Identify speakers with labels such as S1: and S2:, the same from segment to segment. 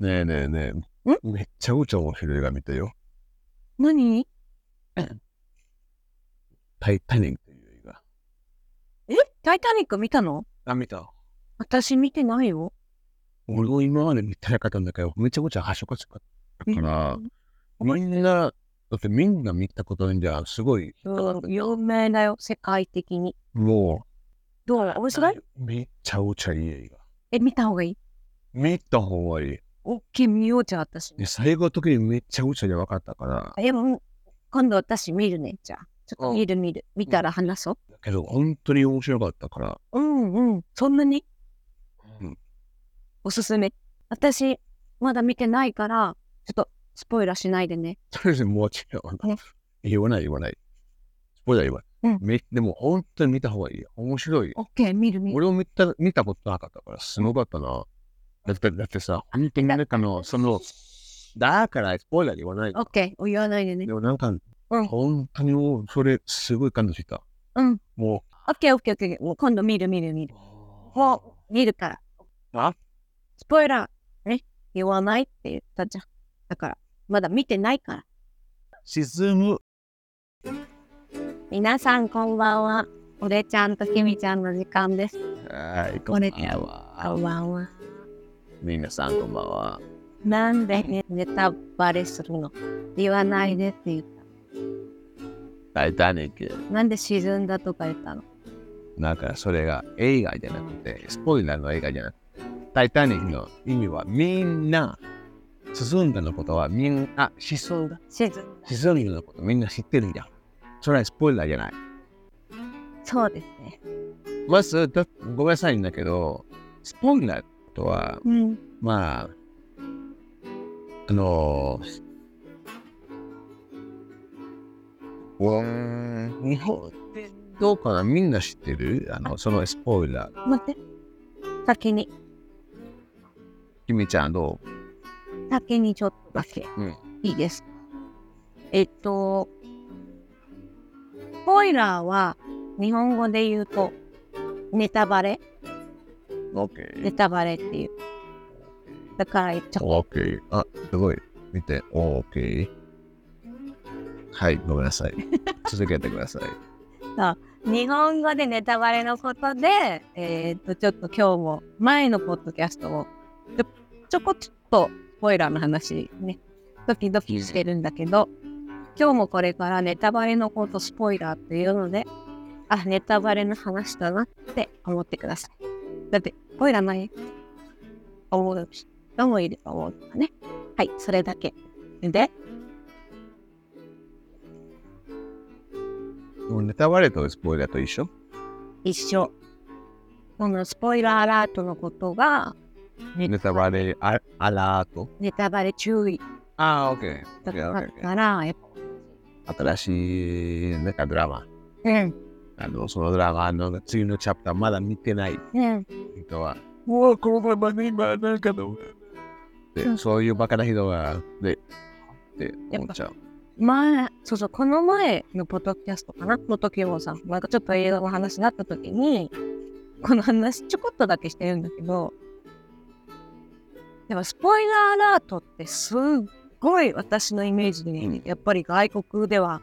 S1: ねえねえねえ。めっちゃうちゃ面白い映画見たよ。
S2: 何
S1: タイタニックという映画。
S2: えタイタニック見たの
S1: あ、見た。
S2: 私見てないよ。
S1: 俺も今まで見てなかったんだけど、めちゃくちゃはしょかしかったから、みんな、だってみんな見たことないんじゃ、すごい。
S2: うん有名だよ、世界的に。
S1: も、
S2: どう面白いう
S1: めっちゃうちゃいい映画。
S2: え、見た方がいい
S1: 見た方がいい。
S2: オッケー、見ようじゃあ、私。
S1: で最後の時にめっちゃうちゃで分かったから。
S2: え、もう、今度私見るね、じゃあ。ちょ
S1: う
S2: っと
S1: ん
S2: 見る見る。見たら話そう。
S1: だけど、本当に面白かったから。
S2: うんうん。そんなに
S1: うん
S2: おすすめ。私、まだ見てないから、ちょっとスポイラーしないでね。
S1: とりあえずもう違
S2: うん
S1: う。言わない言わない。スポイラー言わない。
S2: う
S1: めでも本当に見た方がいいよ。面白いよ。
S2: オッケー、見る見る。
S1: 俺も見た見たことなかったから、すごかったな。だってだってさ、本当になんかの、その、だからスポイラー言わない
S2: オ。ッケー、言わないでね
S1: で。もなんか、
S2: うん
S1: 本当にもう、それすごい感動した。
S2: うん。
S1: も
S2: オッケー、オッケー、オッケー。もう今度見る見る見る。
S1: う、
S2: もう見るから。
S1: あ
S2: スポイラー、ね、言わないって言ったじゃん。だから、まだ見てないから。
S1: 沈む。
S2: 皆さん、こんばんは。おれちゃんときみちゃんの時間です。
S1: はい、
S2: こんばんはこ
S1: は。
S2: んばんは。
S1: みなさん、こんばんは。
S2: なんで、ね、ネタバレするの言わないでって言っ
S1: タイタニック。
S2: た。なんで沈んだとか言ったの
S1: なんかそれが映画じゃなくて、スポイラーの映画じゃなくて、タイタニックの意味はみんな、進んだのことはみんな、あ沈んだ。
S2: 沈んだ。
S1: 沈んだのことみんな知ってるじゃん。それはスポイラーじゃない。
S2: そうですね。
S1: まず、だごめんなさいんだけど、スポイラーとは、
S2: うん。
S1: まあ、あのうーん日本ってどうかなみんな知ってるあの、そのスポイラー。
S2: 待って。先に、
S1: 君ちゃんどう
S2: 先にちょっとだけ。
S1: うん。
S2: いいですか。えっと、スポイラーは日本語で言うと、ネタバレ
S1: オッケー
S2: ネタバレっていう。だから言っちゃおう。
S1: オッケー。あ、すごい。見て。オッケー。はい、ごめんなさい。続けてください。
S2: 日本語でネタバレのことで、えーっと、ちょっと今日も前のポッドキャストをちょちょこちょっとスポイラーの話ね、ドキドキしてるんだけど、今日もこれからネタバレのことスポイラーっていうので、あ、ネタバレの話だなって思ってください。だって、スポイラーない思う人もいると思うからね。はい、それだけ。で、
S1: もうネタバレとスポイラーと一緒
S2: 一緒。このスポイラーアラートのことが、
S1: ネタバレあアラート。
S2: ネタバレ注意
S1: あー、オッケー。オ
S2: だ
S1: ッケー、オッケ
S2: から、やっ
S1: ー。新しい、なんかドラマ。
S2: ぱ、うん、
S1: あの、そのドラマの次のチャプターまだ見てない
S2: うん、
S1: 人は、うわ、このドラマね、今、なんかの。
S2: う
S1: で、
S2: ん
S1: そういうバカな人が、で、って思っちゃう。
S2: 前、そうそう、この前のポッドキャストかなの時もさ、なんかちょっと映画の話になった時に、この話ちょこっとだけしてるんだけど、でもスポイラーアラートってすっごい私のイメージで、
S1: うん
S2: やっぱり外国では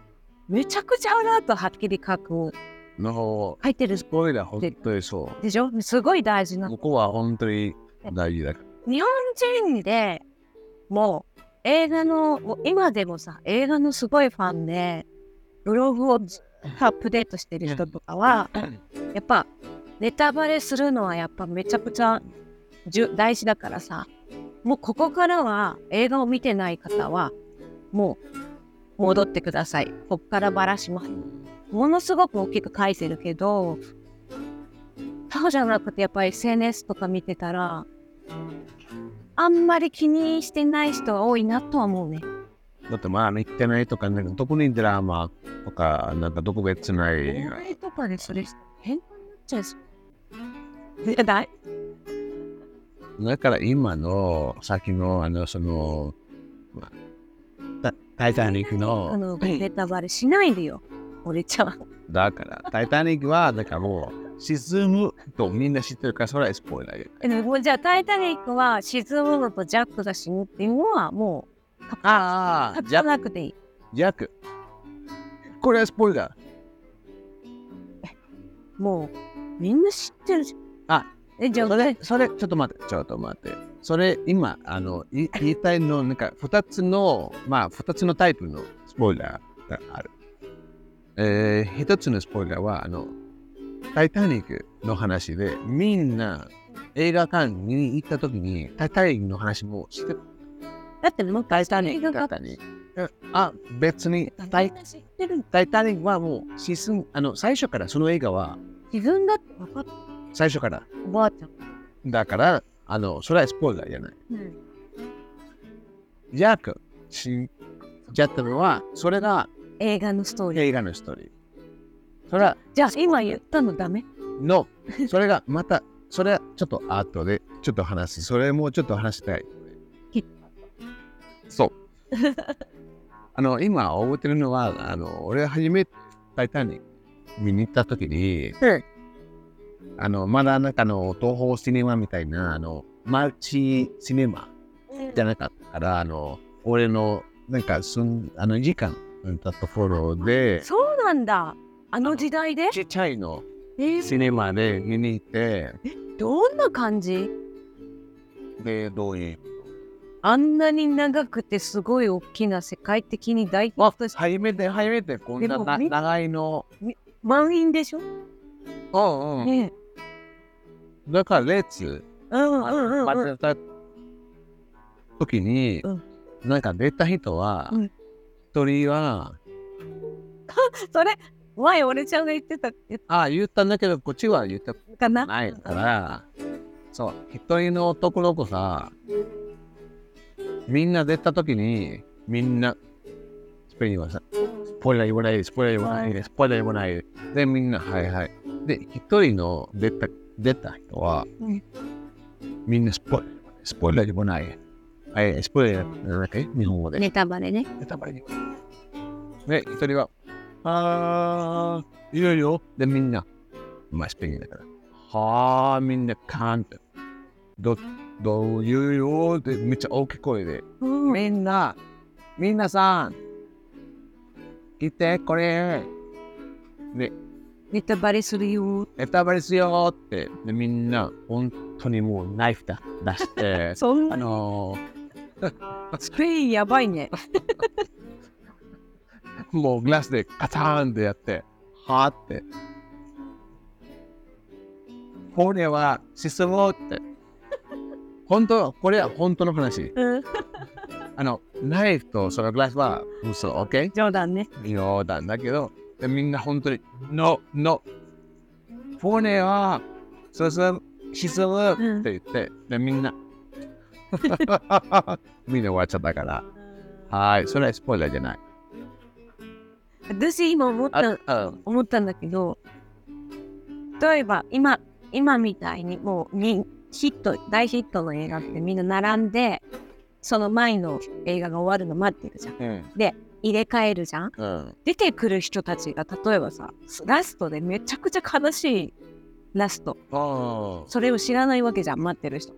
S2: めちゃくちゃアラートはっきり書く、
S1: の、
S2: 書いてる
S1: スポイラー、本当にそう。
S2: でしょすごい大事な
S1: ここは本当に大事だから。
S2: 日本人でもう映画のもう今でもさ映画のすごいファンでブログをずっとアップデートしてる人とかはやっぱネタバレするのはやっぱめちゃくちゃじゅ大事だからさもうここからは映画を見てない方はもう戻ってくださいこっからバラしますものすごく大きく書いてるけどそうじゃなくてやっぱり SNS とか見てたらあんまり気にしてない人が多いなとは思うね。
S1: だってまあ、見てないとか、なんか特にドラマとか、なんか特別な
S2: お
S1: い。
S2: 前とかでそれ変になっちゃいそう。いやだい
S1: だから今の、先の、あの、その、まあタタイタニックの、
S2: あのネタバレしないでよ。俺ちゃん。
S1: だから、タイタニックは、だからもう、沈むとみんな知ってるから、それはスポイラーで。
S2: えでもじゃあ、タイタニックは沈むのとジャックが死ぬっていうのは、もう、書か
S1: あ
S2: 書かなくていい。
S1: 弱。これはスポイラー。
S2: もう、みんな知ってるじゃん。
S1: あ、
S2: え、じゃあ、
S1: それ、それ、ちょっと待って、ちょっと待って。それ、今、あの、 い言いたいの、なんか、二つの、まあ、二つのタイプのスポイラーがある。えー、一つのスポイラーは、あの、タイタニックの話で、みんな映画館に行った時に、タイタニックの話もして
S2: だってもう、タイタニック
S1: た方に。うんあ、別にタイ、
S2: 知ってる
S1: タイタニックはもう、沈ん、あの、最初から、その映画は、
S2: 自分だって分かった
S1: 最初から。
S2: おばあちゃん。
S1: だから、あの、それはスポイラーじゃない。
S2: うん。
S1: ジャック死んじゃったのは、それが
S2: 映画のストーリー。
S1: 映画のストーリー。それは、
S2: じゃあ、今言ったのダメ
S1: の、それがまた、それはちょっと後で、ちょっと話す。それもちょっと話したい
S2: き。
S1: そう。 あの、今覚えてるのは、あの、俺が初めてタイタニック見に行った時に、
S2: うん。
S1: あの、まだなんかあの、東宝シネマみたいな、あの、マルチシネマじゃなかったから、あの、俺の、なんか、すん、あの、時間だったところで、
S2: そうなんだ。あの時代で
S1: ちっちゃいの、
S2: えー
S1: シネマで見に行って、
S2: どんな感じ
S1: で、どういう。
S2: あんなに長くてすごい大きな世界的に大ヒ
S1: あ
S2: ットし、た
S1: 初めて、初めて、こん
S2: で
S1: な
S2: も
S1: な
S2: み
S1: 長いの。
S2: 満員でしょ
S1: うんうん。
S2: ねえ
S1: だから、列、
S2: うん
S1: ま
S2: うんうんうん
S1: 待ってた時に
S2: うん、
S1: なんか出た人は
S2: うん、
S1: 一人は、
S2: それ前俺ちゃんが言ってたや
S1: ああ、言ったんだけど、こっちは言った
S2: つかな
S1: ないから、そう、一人の男の子さ、みんな出たときに、みんな、スペインはさ、スポイラー言わないで、スポイラー言わないで、スポイラー言わないで。で、みんな、はいはい。で、一人の出た、出た人は、
S2: うん
S1: みんなスポイラー言わない、スポイラー言わない。え、スポイラーなんだっけ日本語で。
S2: ネタバレね
S1: ネタバレに言わない。で、一人は、あー、いいよいいよ。で、みんな、まあ、スペインだから。はあ、みんな、カーンって。ど、どういうよって、めっちゃ大きい声で。
S2: うん
S1: みんな、みなさん、来て、これ。で、
S2: ネタバレするよ
S1: ネタバレすよって。で、みんな、本当にもうナイフだ出し て、
S2: そん
S1: あ
S2: な
S1: の
S2: スペインやばいね
S1: ー、もうグラスでカターンってやって、はあって。これは進もうって。本当、これは本当の話。
S2: うん
S1: あの、ナイフとそのグラスは嘘、OK?
S2: 冗談ね
S1: 冗談だけど、でみんな本当に、ノー、ノー。船は進む、沈むって言って、でみんな、 みんな終わっちゃったから。はい、それはスポイラーじゃない。
S2: 私今思った
S1: あ、
S2: 思ったんだけど例えば今今みたいにもうにヒット大ヒットの映画ってみんな並んでその前の映画が終わるの待ってるじゃん
S1: うん。
S2: 入れ替えるじゃん
S1: うん。
S2: 出てくる人たちが例えばさラストでめちゃくちゃ悲しいラスト
S1: あ
S2: それを知らないわけじゃん待ってる人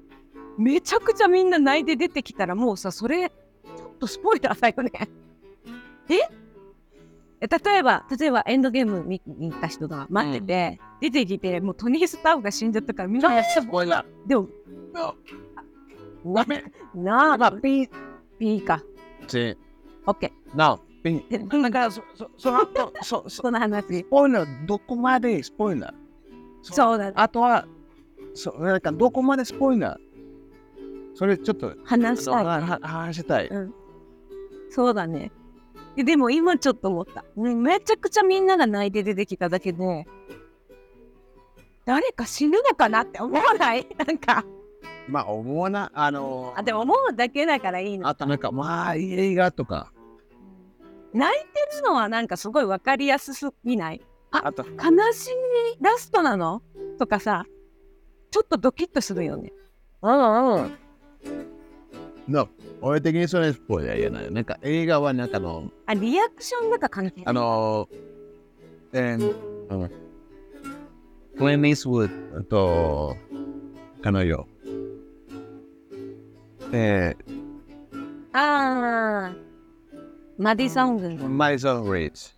S2: めちゃくちゃみんな泣いて出てきたらもうさそれちょっとスポイラーだよね ええ例えば例えばエンドゲーム見に行った人が待ってて、出てきてもうトニー・スターフが死んじゃったからみんな
S1: スポイラ
S2: でも
S1: ー。ダメ。
S2: なあピーピーか
S1: ち、
S2: オッケ
S1: な、ピン。
S2: ー
S1: だから、そ、そ、その後、そ、そ、
S2: その話
S1: スポイラー、どこまでスポイラー
S2: そうだ
S1: あとは、そなんかどこまでスポイラーそれちょっと
S2: 話したい
S1: はは話したい。
S2: そうだね。ででも今ちょっと思った。ねめちゃくちゃみんなが泣いて出てきただけで、誰か死ぬのかなって思わない なんか、
S1: まあ、思わな、あのー
S2: あでも思うだけだからいいの。
S1: あとなんか、まあ、いい映画とか、
S2: 泣いてるのはなんかすごい分かりやすすぎないあ
S1: あと、
S2: 悲しいラストなのとかさ、ちょっとドキッとするよね。
S1: うんうん。の、俺的にそれスポイラーじゃない。なんか映画はなんかの、
S2: あ、リアクションなんか関係ない。
S1: あのー、えーうんクレン・イースウッドと彼女。で、
S2: ああ。マディソン軍。
S1: マイソン・リッチ。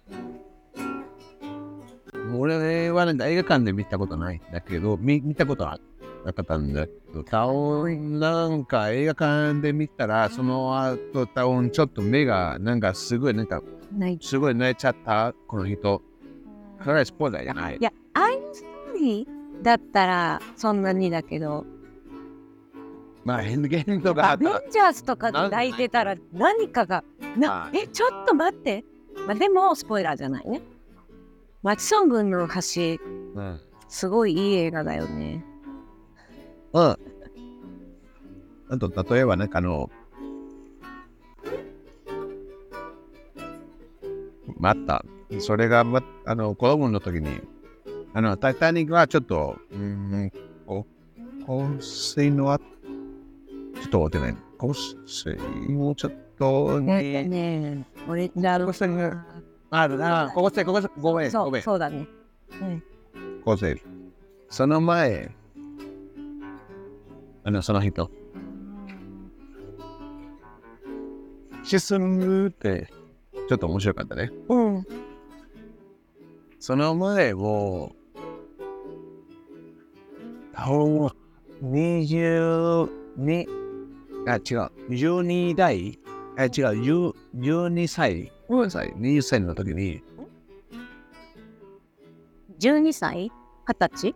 S1: 俺はね、映画館で見たことないんだけど、見見たことはなかったんだけど、タオンなんか映画館で見たら、その後タオンちょっと目がなんかすごいなんか
S2: ない。
S1: すごい泣いちゃった、この人。それはスポーツじゃない
S2: い。や、アイストーリーだったらそんなにだけど、
S1: まあ、変な言動があ
S2: ア
S1: っ
S2: ベン
S1: た。
S2: ジャーズとかで抱いてたら何かが、な
S1: は、い
S2: え、ちょっと待って。まあ、でも、スポイラーじゃないね。マキソン軍の橋、
S1: うん。
S2: すごいいい映画だよね。
S1: あと、例えば、なんかあの、また、それが、ま、あの、子供の時に、あの、タイタニックはちょっと、うん、こ香水のあ、ちょっと待ってね、香水もちょっと、
S2: ねねえ、俺だろ
S1: 香水があるな、香水、香水、ごめん、
S2: そ
S1: ごめ。
S2: うんそうだね。うん
S1: 構成その前、あの、その人。沈むって、ちょっと面白かったね。
S2: うん。
S1: その前を、顔を22、あ、違う、12代、あ、違う、10 12歳、ごめんなさい、20歳の時に、
S2: 12歳 ?20 歳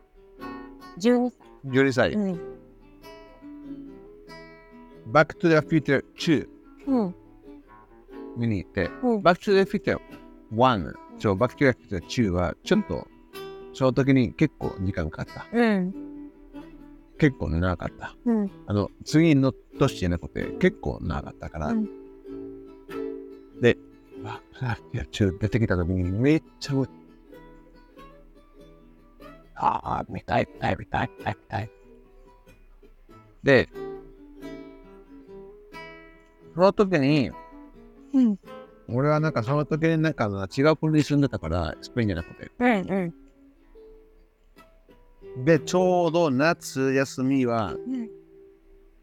S2: ?12
S1: 12歳、
S2: 歳。うん。
S1: バックトゥザフューチャー2
S2: うん。
S1: 見に行って、
S2: うん。
S1: バックトゥーフィット1とバックトゥーフィット2はちょっとその時に結構時間かかった。
S2: うん。
S1: 結構長かった。
S2: うん。
S1: あの次の年じゃなくて結構長かったから。
S2: うん
S1: で、バックトゥーフィット2出てきた時にめっちゃうああ、見たい、見たい、見たい、見たい、見たい。で、その時に、
S2: うん。
S1: 俺はなんかその時になんかあの違う国に住んでたから、スペインじゃなくて。
S2: うん。
S1: で、ちょうど夏休みは
S2: うん。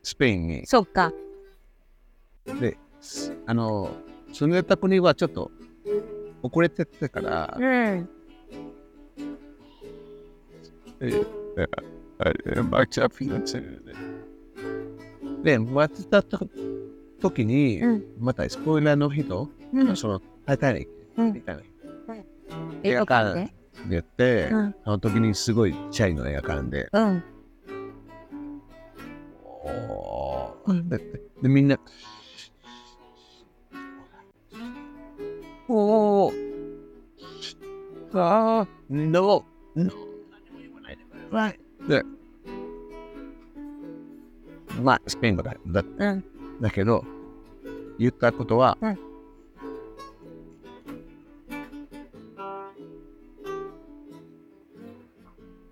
S1: スペインに。
S2: そっか。
S1: で、すあの、住んでた国はちょっと遅れてたから、
S2: うん。
S1: ええあれマッチアップになっちゃうよね。で、待ってたと時に、
S2: うん
S1: またスポイラーの人、
S2: うん。
S1: その、タイタニッ
S2: う
S1: ク
S2: ん
S1: みたいな。
S2: 映画館で。
S1: 言って、
S2: うん
S1: その時にすごいチャイの映画館で、
S2: うん。
S1: おー
S2: うん
S1: だってで、みんな、
S2: おお。
S1: ああ、no, no. はい。で、まあ、スペイン語だだ
S2: うん。
S1: だけど、言ったことは、
S2: うん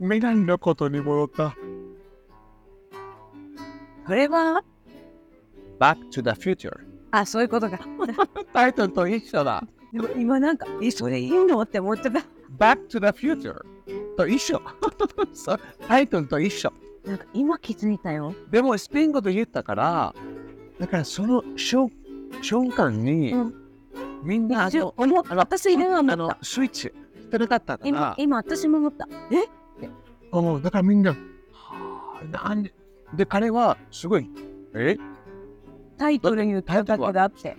S1: 未来のことに戻った。
S2: これは。
S1: Back to the future。
S2: あ、そういうこと か。
S1: タイトルと一緒だ。
S2: でも今なんか、え、それいいのって思ってた。
S1: Back to the future と一緒。 そうタイトルと一緒。
S2: なんか今気づいたよ。
S1: でもスペイン語と言ったから、だからその瞬瞬間に、
S2: うん
S1: みんなあ
S2: 一
S1: の
S2: 応思っ
S1: あの
S2: 私今思
S1: あ
S2: っ
S1: の
S2: た。
S1: スイッチしてなかったか
S2: 今
S1: ら、、
S2: 今私も思った。え
S1: うんだからみんな、はあなんで、で彼はすごい、え
S2: タイトル言っただけだって。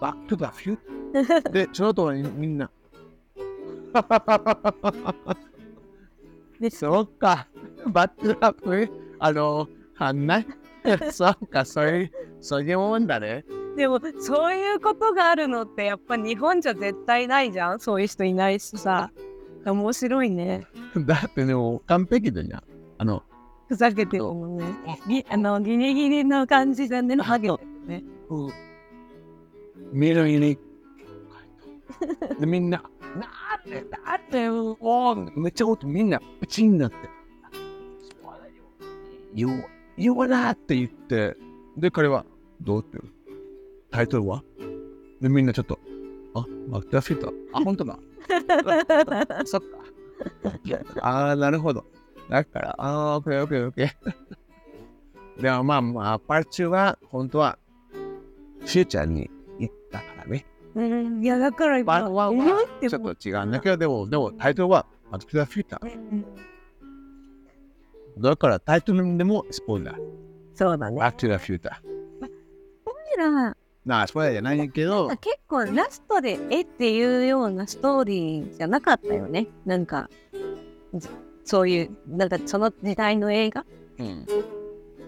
S1: バックダフュ ーで、その後にみんな、
S2: で
S1: そうか、バックダフュー、あの、はんない。 そうか、そういう、そういうもんだね。
S2: でもそういうことがあるのってやっぱ日本じゃ絶対ないじゃんそういう人いないしさ面白いね
S1: だってでも完璧だじゃん。あの、
S2: ふざけてるもんねぎあのギリギリの感じでねハゲてるね
S1: 未来に。で、みんな、なんで、だって、おーめっちゃ音、みんな、プチンになって。言う、言わなって言って、で、彼は、どうってタイトルは で、みんなちょっと、あ、マクダフィット。あ、本当だ。そっか。ああ、なるほど。だから、ああ、オッケーオッケーオッケー。でもまあまあ、パーチは本当は、シューちゃんに行ったからね。
S2: うん、いやだから
S1: ワンワンは
S2: うんって
S1: ちょ
S2: 思
S1: っと違うんだけど、でも、でもタイトルは、マトキザフューター。
S2: うん
S1: だからタイトルでもスポイラー。
S2: そうだね。
S1: バックトゥザフューター。
S2: だから
S1: なあ、スポイラーじゃないけど、
S2: 結構ラストでえっていうようなストーリーじゃなかったよねなんかずそういうなんかその時代の映画
S1: うん、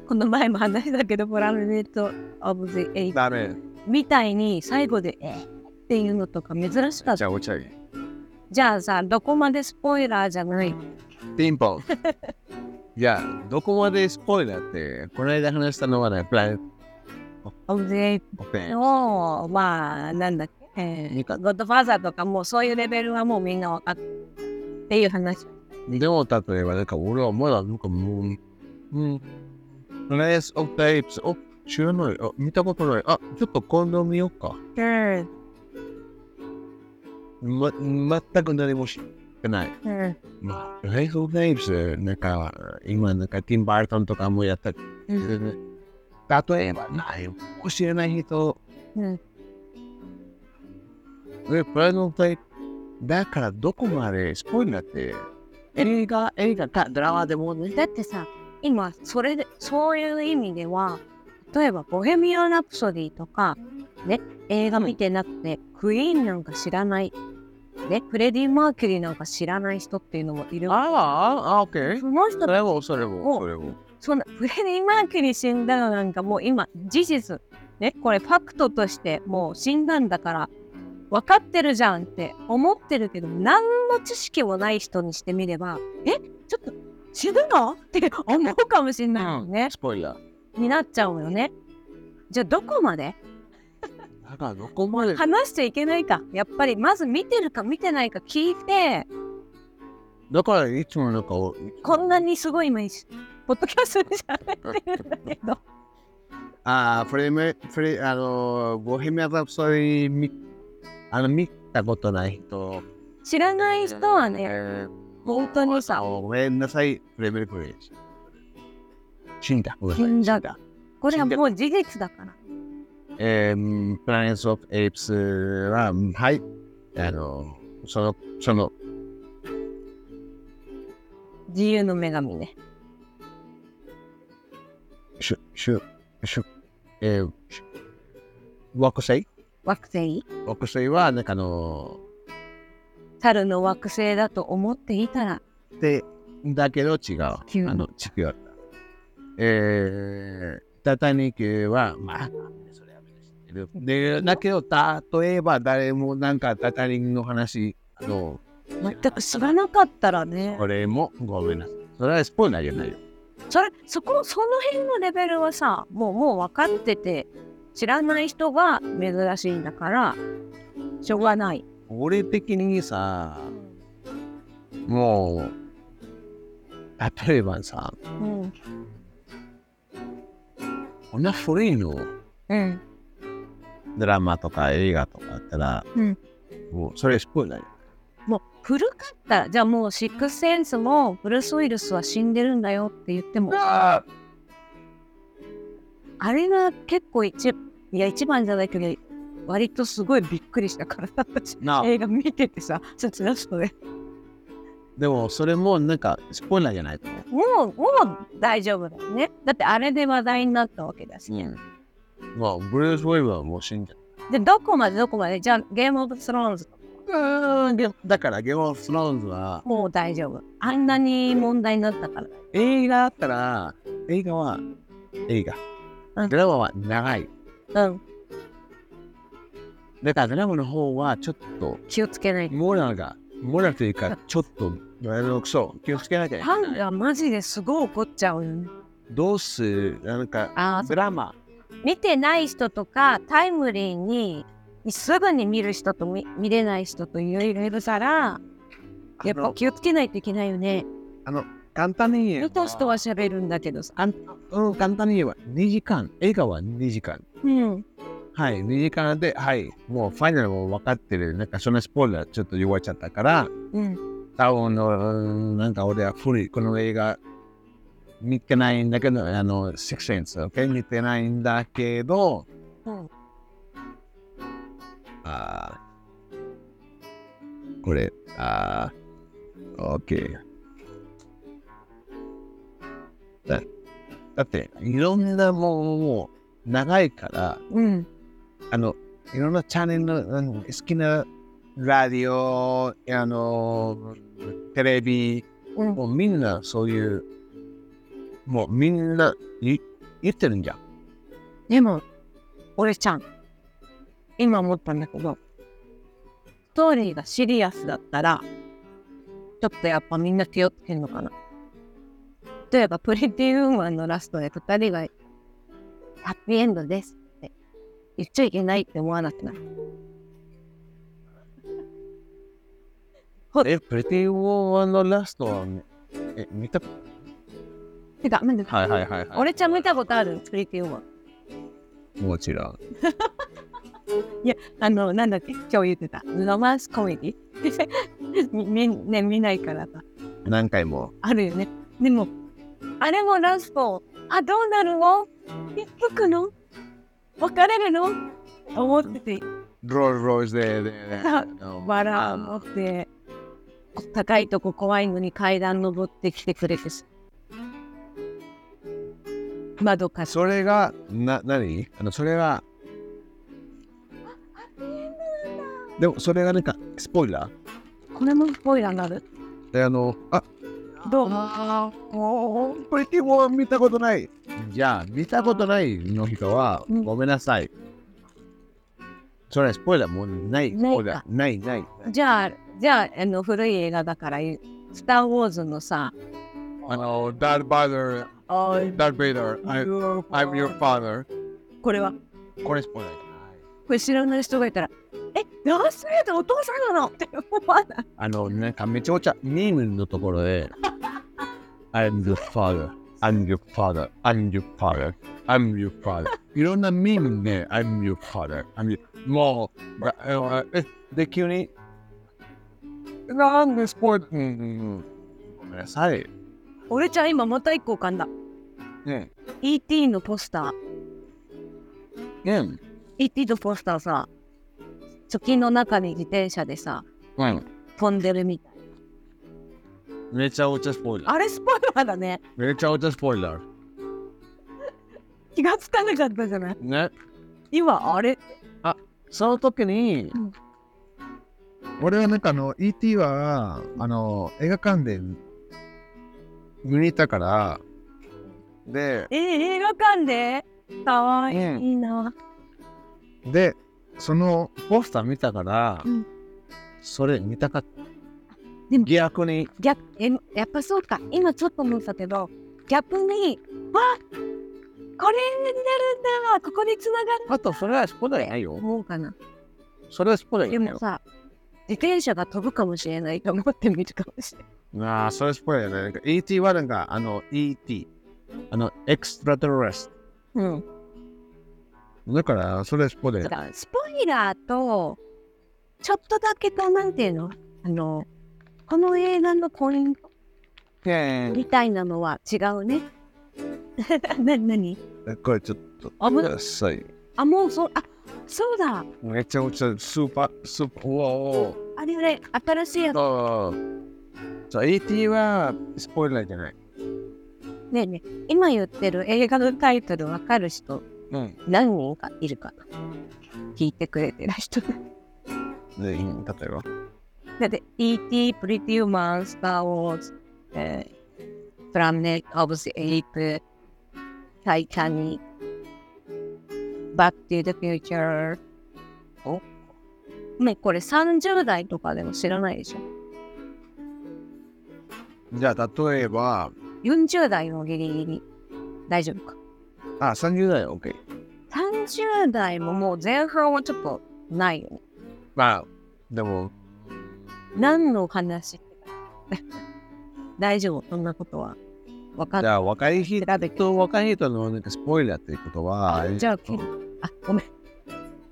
S2: この前も話したけど「プラネット・オブ・ゼ・エイ
S1: ダメ。
S2: みたいに最後で「えっていうのとか珍しかっ
S1: じ
S2: た
S1: ゃあ、お茶い。
S2: じゃあさどこまでスポイラーじゃない
S1: ピンポン。 いや、どこまでスポイラーって、この間話したのはね、プラネッ
S2: オブ・ゼ・エイ
S1: トオペン。
S2: のまあなんだっけ、え
S1: ニ
S2: ー、
S1: カ
S2: ゴッドファーザーとかもうそういうレベルはもうみんな分かってっていう話
S1: でも、例えば、なんか俺はまだ、なんかもう、うん、レース・オブ・タイプス、お知らない、あ、見たことない、あ、ちょっと今度見ようか。
S2: うん
S1: ま、全く何も知ってない。
S2: うん
S1: まあ、レース・オブ・タイプス、なんか、今、なんか、ティン・バートンとかもやったけ
S2: う
S1: ど
S2: ん
S1: ね例えば、ない、知らない人、
S2: うん
S1: で、プライドの体、だからどこまでスポイラーって、映画、映画か、ドラマでもね。
S2: だってさ今それでそういう意味では例えば「ボヘミアン・ラプソディ」とか、ね、映画見てなくて、クイーンなんか知らない、ね、フレディ・マーキュリーなんか知らない人っていうのもいる
S1: ああ、あ、オッケー。
S2: その人
S1: それも、それも、
S2: お
S1: それも。
S2: そんなフレディ・マーキュリー死んだのなんかもう今事実、ね、これファクトとしてもう死んだんだから分かってるじゃんって思ってるけど何の知識もない人にしてみればえちょっと死ぬのって思うかもしれないよね。
S1: スポイラー。
S2: になっちゃうよね。じゃあどこまで
S1: だからどこまで、
S2: 話しちゃいけないかやっぱりまず見てるか見てないか聞いて
S1: だからいつもなんか、お
S2: こんなにすごい今ポッドキャストじゃないって言うんだけど
S1: ああ、フレメ、フレ、あの、ボヘミアン・ラプソディ、みあの、見たことない人。
S2: 知らない人はね
S1: えー
S2: 本当にさ
S1: ごめんなさい、フレメルクレイジ。死んだ。ごめんなさい
S2: 死んだ。これはもう事実だから
S1: えー、プラネット・オブ・エイプスは、うんはい、あの、その、その、
S2: 自由の女神ね
S1: しゅ、しゅ、しゅ、えー、し惑星
S2: 惑星
S1: 惑星は、なんかあの、
S2: 猿の惑星だと思っていたら
S1: で、だけど違う。あ
S2: 球
S1: の、地球だった。えー、タタニックは、まあ、それは知ってるで、だけど、例えば誰もなんかタタニックの話、あの、
S2: 全く知らなかったらね
S1: これもごめんなさい。それはスポイラーじゃないよ。
S2: それそこその辺のレベルはさもうもう分かってて知らない人が珍しいんだからしょうがない。
S1: 俺的にさ、もう、例えばさ、
S2: うん
S1: こんな古いの
S2: うん
S1: ドラマとか映画とかだったら、
S2: うん
S1: もうそれスポイラーよ
S2: もう古かったらじゃあもうシックスセンスもブルース・ウィルスは死んでるんだよって言ってもあれが結構一いや一番じゃないけど割とすごいびっくりしたから私
S1: なあ
S2: 映画見ててさ切なそうで
S1: でもそれもなんかスポイラーじゃないと思う。
S2: もうもう大丈夫だよねだってあれで話題になったわけだし、
S1: まあ、ブルース・ウェイブはもう死んじゃっ
S2: でどこまでどこまでじゃあゲームオブスローンズ
S1: た。だから、ゲームオブ・スローンズは
S2: もう大丈夫あんなに問題になったから
S1: 映画だったら、映画は映
S2: う
S1: 画。
S2: ん
S1: ドラマは長い。
S2: うん
S1: だからドラマの方はちょっと
S2: 気をつけない
S1: モラが、モラというか、ちょっと、あの、そう、気をつけなきゃいけ
S2: ファン
S1: ない。
S2: がマジですごい怒っちゃうよね
S1: どうする、なんか、
S2: あー
S1: ドラマ。
S2: 見てない人とかタイムリーにすぐに見る人と見見れない人といろいろいるからやっ
S1: あ
S2: ぱ
S1: の
S2: 気をつけないといけないよね
S1: 簡単に言えば
S2: 見た人は喋るんだけどさあん
S1: うん、簡単に言えば、2時間。映画は2時間。
S2: うん
S1: はい、2時間で、はい、もうファイナルも分かってる。なんか、そのスポイラーちょっと弱っちゃったから、
S2: うん
S1: 多分のうんなんか俺は古いこの映画見てないんだけど、あの、シックスセンス、OK? 見てないんだけど、
S2: うん
S1: あーこれ、あー、OK。だだって、いろんなものも長いから、
S2: うん
S1: あの、いろんなチャンネルの、うん好きなラディオ、あの、テレビ、
S2: うん
S1: もうみんなそういう、もうみんな言言ってるんじゃん。
S2: でも、俺ちゃん、今思ったんだけど、ストーリーがシリアスだったら、ちょっとやっぱみんな気をつけるのかな。例えば、プリティウーマンのラストで2人が、ハッピーエンドですって言っちゃいけないって思わなくない。
S1: え、プレティウォーマンのラストは、え、見た
S2: てか、なんで、
S1: はいはいはい、は
S2: 俺ちゃん見たことあるプリティウーマン。
S1: い。もちろん。
S2: あの、なんだっけ今日言ってた。ロマンスコメディ みみね、見ないからさ。
S1: 何回も。
S2: あるよね。でも、あれもラスト、あ、どうなるの引っ付くの別れるの思ってて、
S1: ロールロイズで、で、で
S2: あ
S1: あ
S2: 笑う
S1: の
S2: 思って、高いとこ怖いのに階段登ってきてくれてさ。窓かし。
S1: それが、な、何あの、それは、でも、それがなんか、スポイラ
S2: これもスポイラーになる
S1: ーで、あの、あ、
S2: どう
S1: あーもう、プリティウォーマン見たことない。じゃあ、見たことないの人は、
S2: うん
S1: ごめんなさい。それ、スポイラーもうない、ス
S2: ないか
S1: ポイラーない、ない。
S2: じゃあ、じゃあ、あの、古い映画だから言う、スター・ウォーズのさ、
S1: あの、ダールバーダー、ダールベイダー、I'm your father。
S2: これは、
S1: これスポイラー
S2: これ知らない人がいたら、え、ダース・レイダーお父さんなのって思わない
S1: あの、なんかめちゃくちゃミームのところで、I'm your father, I'm your father, I'm your father, I'm your father。いろんなミームね、I'm your father, I'm your... もう、ああえ、で、急に、なんでスポイラー、うんうんうん、ごめんなさい。
S2: 俺ちゃん今また一個浮かんだ
S1: ね、
S2: ET のポスター
S1: ね、うん、
S2: ET のポスターさ貯金の中に自転車でさ飛んでるみたい
S1: めちゃくちゃスポイラー。
S2: あれスポイラーだね
S1: めちゃくちゃスポイラー。
S2: 気がつかなかったじゃない
S1: ね。
S2: 今あれ
S1: その時に、
S2: うん
S1: 俺はなんかあの ET はあの映画館で見に行ったからで
S2: えー映画館でかわいいな、
S1: でそのポスター見たから、
S2: うん
S1: それ見たかった
S2: でも
S1: 逆に
S2: 逆えやっぱそうか今ちょっと思ったけど逆にわこれになるんだここにつながる
S1: あとそれはスポイラーじゃないよ
S2: 思うかな
S1: それはスポイラーじ
S2: で
S1: ゃない
S2: も
S1: よ
S2: さ自転車が飛ぶかもしれないと思ってみるかもしれない
S1: ああそれはスポイラーじゃないなんか ET はなんかあの ET あのエクストラテレス
S2: うん
S1: だからそれはスポイラーじ
S2: だ
S1: ゃない
S2: からスポイラーとちょっとだけとなんていうのあのこの映画のポイントみたいなのは違うね。 な何
S1: えこれちょっと
S2: 危ない
S1: ください
S2: あもうそうあそうだ
S1: めちゃくちゃスーパー、スーパー、うわお
S2: あれあれ新しいやつ
S1: お。じゃあ AT はスポイラーじゃない。
S2: ねえねえ今言ってる映画のタイトルわかる人
S1: うん。
S2: 何人かいるかな聞いてくれてる人
S1: で、うん例えば。
S2: だって E.T. プリティウーマンスター・ウォーズ、えー、プラネット・オブ・ス・エイプ、タイタニック、バック・トゥ・ザ・フューチャー。おね、これ30代とかでも知らないでしょ。
S1: じゃあ、例えば、
S2: 40代もギリギリ。大丈夫か。
S1: あ、30代、OK。
S2: 30代ももう前半はちょっとないよね。
S1: まあ、でも、
S2: 何の話 大丈夫、そんなことは。分かっ
S1: じゃあ、若い人
S2: 調べて
S1: と若い人のなんかスポイラーっていうことは、
S2: じゃあ、け
S1: うん
S2: あごめん。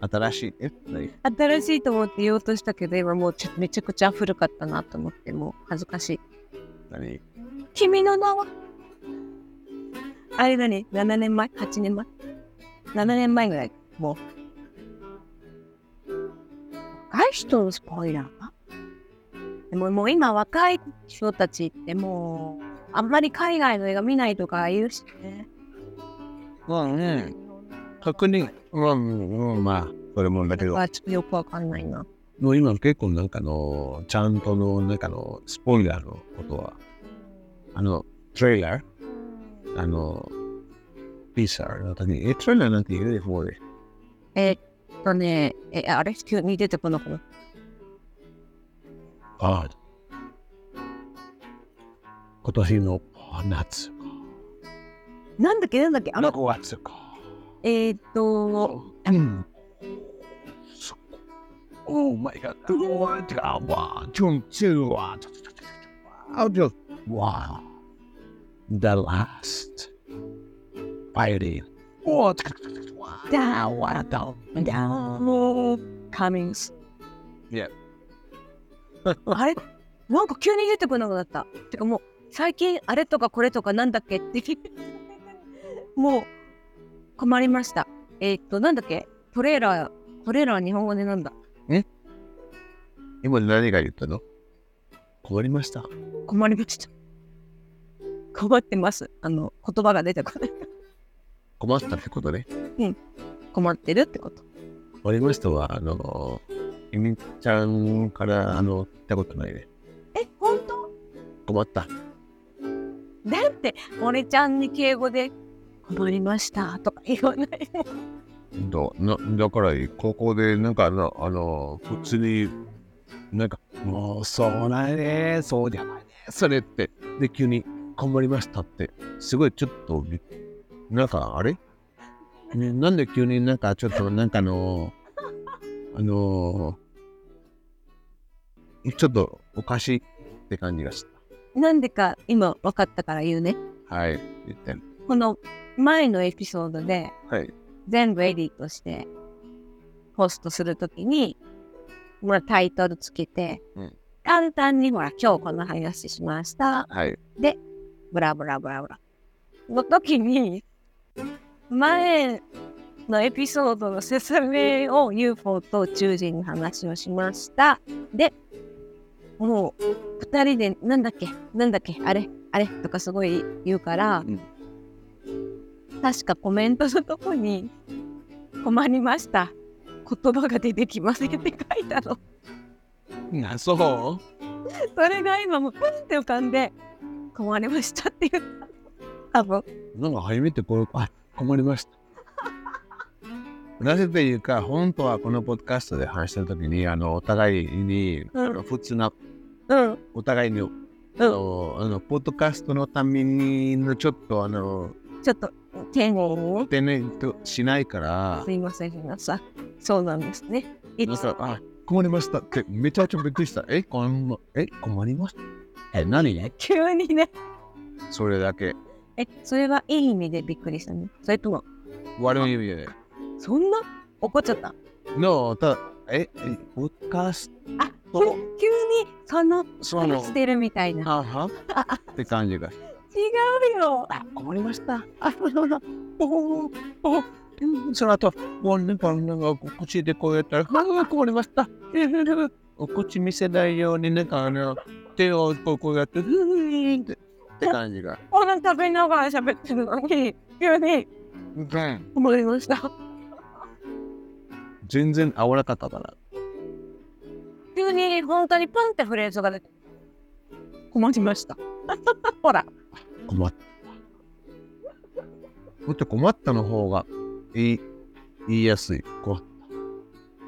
S1: 新しい。え何
S2: 新しいと思って言おうとしたけど、今もうちょめちゃくちゃ古かったなと思って、もう恥ずかしい。
S1: 何
S2: 君の名はあれ何 ?7 年前 ?8 年前 ?7 年前ぐらい、もう。若い人のスポイラーでももう今若い人たちってもう、あんまり海外の映画見ないとか言うしね。
S1: うんうん。確認。うんうん。まあ、それもだけど。
S2: はちょっとよくわかんないな。
S1: もう今結構なんかの、ちゃんとの、なんかの、スポイラーのことは、あの、トレーラーあの、ピーサーの時に、え、トレーラーなんて言うで、もうで。
S2: えーっとね、え、あれ急に出てこなくなっ
S1: ああ。今年の夏か。
S2: なんだっけなんだっけあの、
S1: 5月か。
S2: えーっと、
S1: うん。そこ。おまいが。うわ、てか、わ、ちょん、ちゅわ、ちょ、ちょ、ちょ、ちょ、わ、ちょ、わ。The last. Fighting. おちょ、ちょ、ちょ、わ。
S2: ダー
S1: わ、だ。
S2: ダーカミングス。
S1: Yeah.
S2: あれなんか急に出てこなくなった。てかもう最近あれとかこれとかなんだっけって聞いてもう 困りました。えーっとなんだっけトレーラー、トレーラー日本語でなんだ
S1: 今何が言ったの困りました。
S2: 困りました。困ってます。あの言葉が出てこない。
S1: 困ったってことね。
S2: 困ってるってこと。
S1: 困りましたは、あの、ゆみちゃんから、あの、聞いたことないね。
S2: え、本当
S1: 困った。
S2: だって俺ちゃんに敬語で困りましたとか言わない。
S1: だなだから高校でなんかあのあの普通になんか「もうそうないねそうじゃないねそれ」ってで急に「頑張りました」ってすごいちょっとびなんかあれ、ね、なんで急になんかちょっとなんかあのあのちょっとおかしいって感じがし
S2: なんでか今分かったから言うね。
S1: たはい言って
S2: この前のエピソードで
S1: はい
S2: 全部エディットしてポストするときに、まあ、タイトルつけて、
S1: うん
S2: 簡単にほら今日この話しました
S1: はい
S2: ブラブラブラブラの時に前のエピソードの説明を UFO と宇宙人に話をしましたでもう2人でなんだっけなんだっけあれあれとかすごい言うから、
S1: うん
S2: 確かコメントのとこに「困りました言葉が出てきません」って書いたの
S1: なそう
S2: それが今もうパンって浮かんで「困りました」って言ったの多分
S1: なんか初めてこう、あ、困りました。なぜというか、本当はこのポッドキャストで話したときに、あの、お互いに、
S2: うん
S1: あの普通な、
S2: うん
S1: お互いに、あの、あのポッドキャストのために、ちょっと、あの、
S2: ちょっと丁寧にね
S1: 丁寧としないから
S2: す、いません皆さんそうなんですねい
S1: なん
S2: つ
S1: か、あ、困りましたって、めちゃくちゃびっくりした。え、こんえ、困りました。え、何ね
S2: 急にね
S1: それだけ。
S2: えそれはいい意味でびっくりしたねそれとも
S1: 悪い意味でね。
S2: そんな怒っちゃった
S1: の、ただ、え、えポッドキャス
S2: あ急
S1: ト
S2: に、その
S1: その、
S2: してるみたいな
S1: あはって感じが。
S2: 違うよ
S1: あ、困りました。あ、そうそうそう。おーおーうんその後、もうなんか、なんか、お口でこうやったら、ああ、困りました。 えーお口見せないように、なんか、あの、手をこうこうやって、ふーんって、って感じが。
S2: お腹食べながら喋ってるのに急に
S1: うん。
S2: 困りました
S1: 全然合わなかったから。
S2: 急に本当にパンってフレーズが出て困りました ほら
S1: 困った。もっと困ったの方が、いい、言いやすい。困っ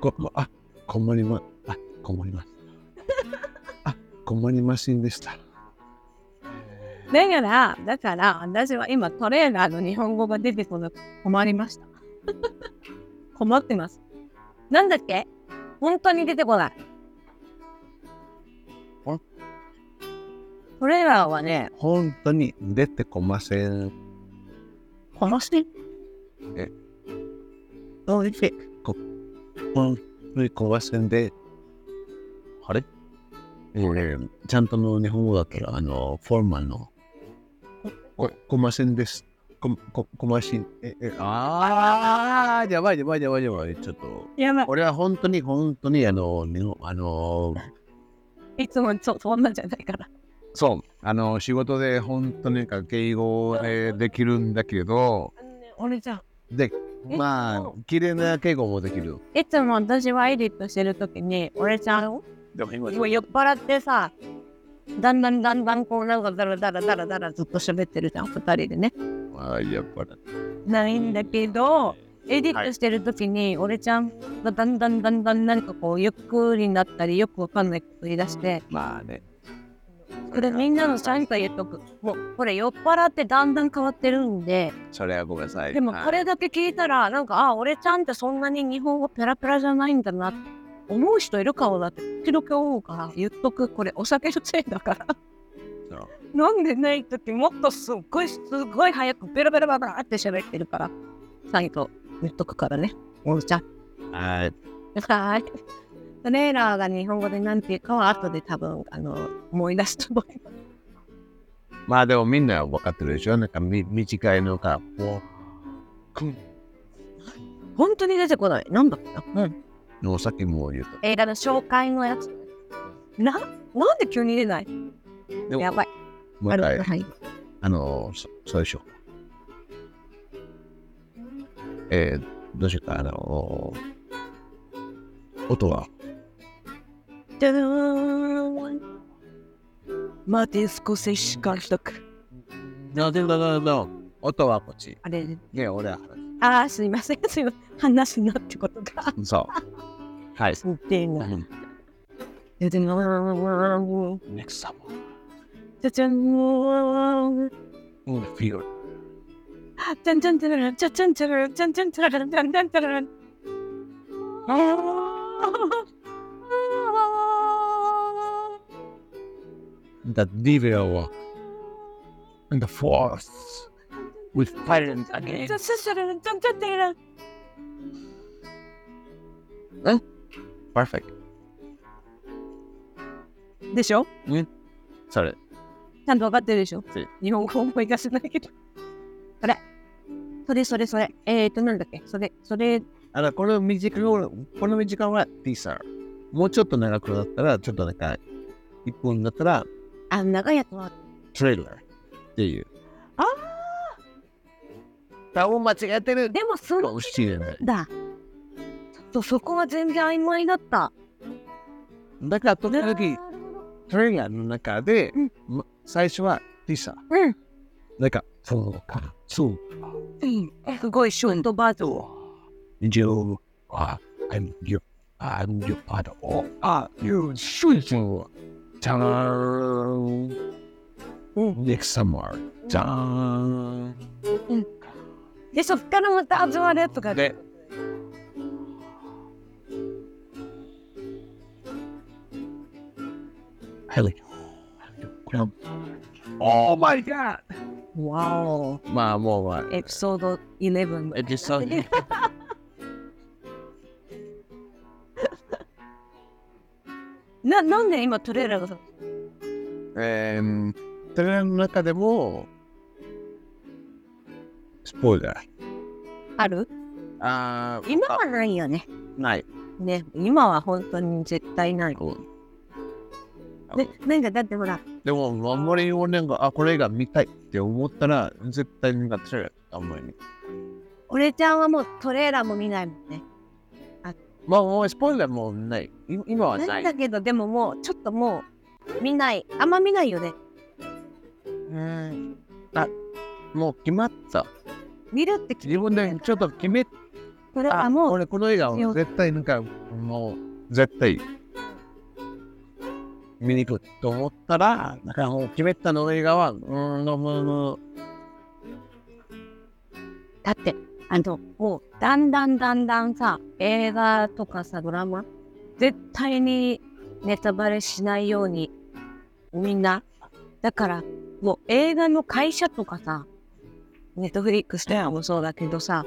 S1: た。こ、あ、困りま、あ、困ります。あ、困りませんでした。
S2: だからだから私は今トレーラーの日本語が出てこなくて困りました 困ってますなんだっけ本当に出てこない
S1: あ
S2: トレーラーはね
S1: 本当に出てこません。
S2: このし
S1: え
S2: おいしい
S1: こ本当に壊せんで、あれ、えーちゃんとの日本語だったら、あの、フォーマルの、こコマセンです。コココマシン。ええああ、やばいやばいやばいやばい。ちょっと、
S2: やば
S1: 俺は本当に本当にあの、日本あの、
S2: い。いつもそそんなんじゃないから。
S1: そう、あの、仕事で本当になんか敬語でできるんだけど、
S2: 俺じゃん。
S1: で、
S2: え
S1: まあ
S2: そ、
S1: 綺麗な敬語もできる。
S2: いつも私はエディットしてるときに、俺ちゃん、も
S1: でも今
S2: う酔っ払ってさ、だんだんだんだんこうなんかダラダラダラダラずっと喋ってるじゃん、二人でね。
S1: ああ、やっぱり。
S2: ないんだけど、エディットしてるときに、俺ちゃんがだんだんだんだんなんかこう、ゆっくりになったり、よくわかんないこと言い出して、
S1: まあね。
S2: これみんなのちゃんと言っとく。もう、これ酔っ払ってだんだん変わってるんで、
S1: それはごめんなさい。
S2: でもこれだけ聞いたら、なんか、あ、俺ちゃんってそんなに日本語ペラペラじゃないんだなって思う人いるかもなって、時々思うから、言っとく、これお酒のせいだから。
S1: そう
S2: 飲んでない時もっとすっごい、すっごい早くベラベラベラって喋ってるから、再度言っとくからね。おうちゃん。
S1: はい。
S2: はーい。トレーラーが日本語でなんて言うかは後で多分、あの、思い出すと思います。
S1: まあでもみんな分かってるでしょなんかみ短いのか、もう、くん。
S2: 本当に出てこない。なんだっけな。うん。
S1: お酒も言うと。
S2: 映画の紹介のやつ。な、なんで急に出ない
S1: でも
S2: やばい。
S1: もう一
S2: あの
S1: 回、
S2: はい。
S1: あの、そそうでしょう。えー、どうしようか、あの、音は。
S2: じゃじゃーんマーティン・スコセッシ監督。
S1: なぜだなだ音はこっち。
S2: あれ、
S1: ね俺は。
S2: あーすいません、すいません。話すなってことか。
S1: そう。 はい。
S2: 似てんな。じゃじゃーん
S1: Next summer.
S2: じゃじゃーん
S1: In the field.
S2: じゃんじゃんじゃらんじゃんじゃんじゃらんじゃんじゃんじゃらんじゃんじゃんじゃらんあー
S1: the devil and the force with violence
S2: じゃ
S1: against
S2: んじゃんじゃらんじゃんじゃんじゃらん
S1: perfect
S2: でしょ
S1: それ
S2: ちゃんと分かってるでしょ
S1: そう
S2: 日本語思い出せないけど。それ。それそれそれ。えーと、なんだっけそれ、それ、
S1: あのこの短いこの短いは T さんもうちょっと長くなったらちょっとなんか1分だったら
S2: あ、長いやつは。
S1: トレーラーっていう
S2: あ
S1: 多分間違えてる
S2: でも、そ
S1: か
S2: の
S1: もしれない
S2: だ。ちょっとそこは全然曖昧だった。
S1: だから時々
S2: なるほど
S1: トレーラーの中で、
S2: うん
S1: ま最初は T さん
S2: うん
S1: なんかそうかそう
S2: うん。すごいショートバージョン。
S1: you are I'm your I'm your father or are you shooting down next summer down
S2: で、そっからまた始まるやつが。
S1: ではいこれは Oh my god!
S2: わお。
S1: まあもうまあ
S2: エピソード11。
S1: エピソード
S2: な、なんで今トレーラーがさ
S1: えー、トレーラーの中でもスポイラー
S2: ある
S1: あー
S2: 今はないよね。
S1: ない
S2: ね、今は本当に絶対ない。で、なんかだってほら、
S1: でも、あんまり俺が、あ、これが見たいって思ったら、絶対になってる。あんまり。
S2: 俺ちゃんはもうトレーラーも見ないもんね。
S1: まあ、もうスポイラーもない。い今はな
S2: なん
S1: い。
S2: だけど、でももうちょっともう見ない。あんま見ないよね。うん。
S1: もう決まった。
S2: 見るって
S1: 自分でちょっと決めた。
S2: これはもう
S1: 俺、この映画は絶対なんか、もう、絶対。見に行くと思ったら、なんかもう決めたの映画は、うーん、のむむ。
S2: だってあのもうだんだんだんだんさ映画とかさドラマ絶対にネタバレしないようにみんなだからもう映画の会社とかさネットフリックスとかもそうだけどさ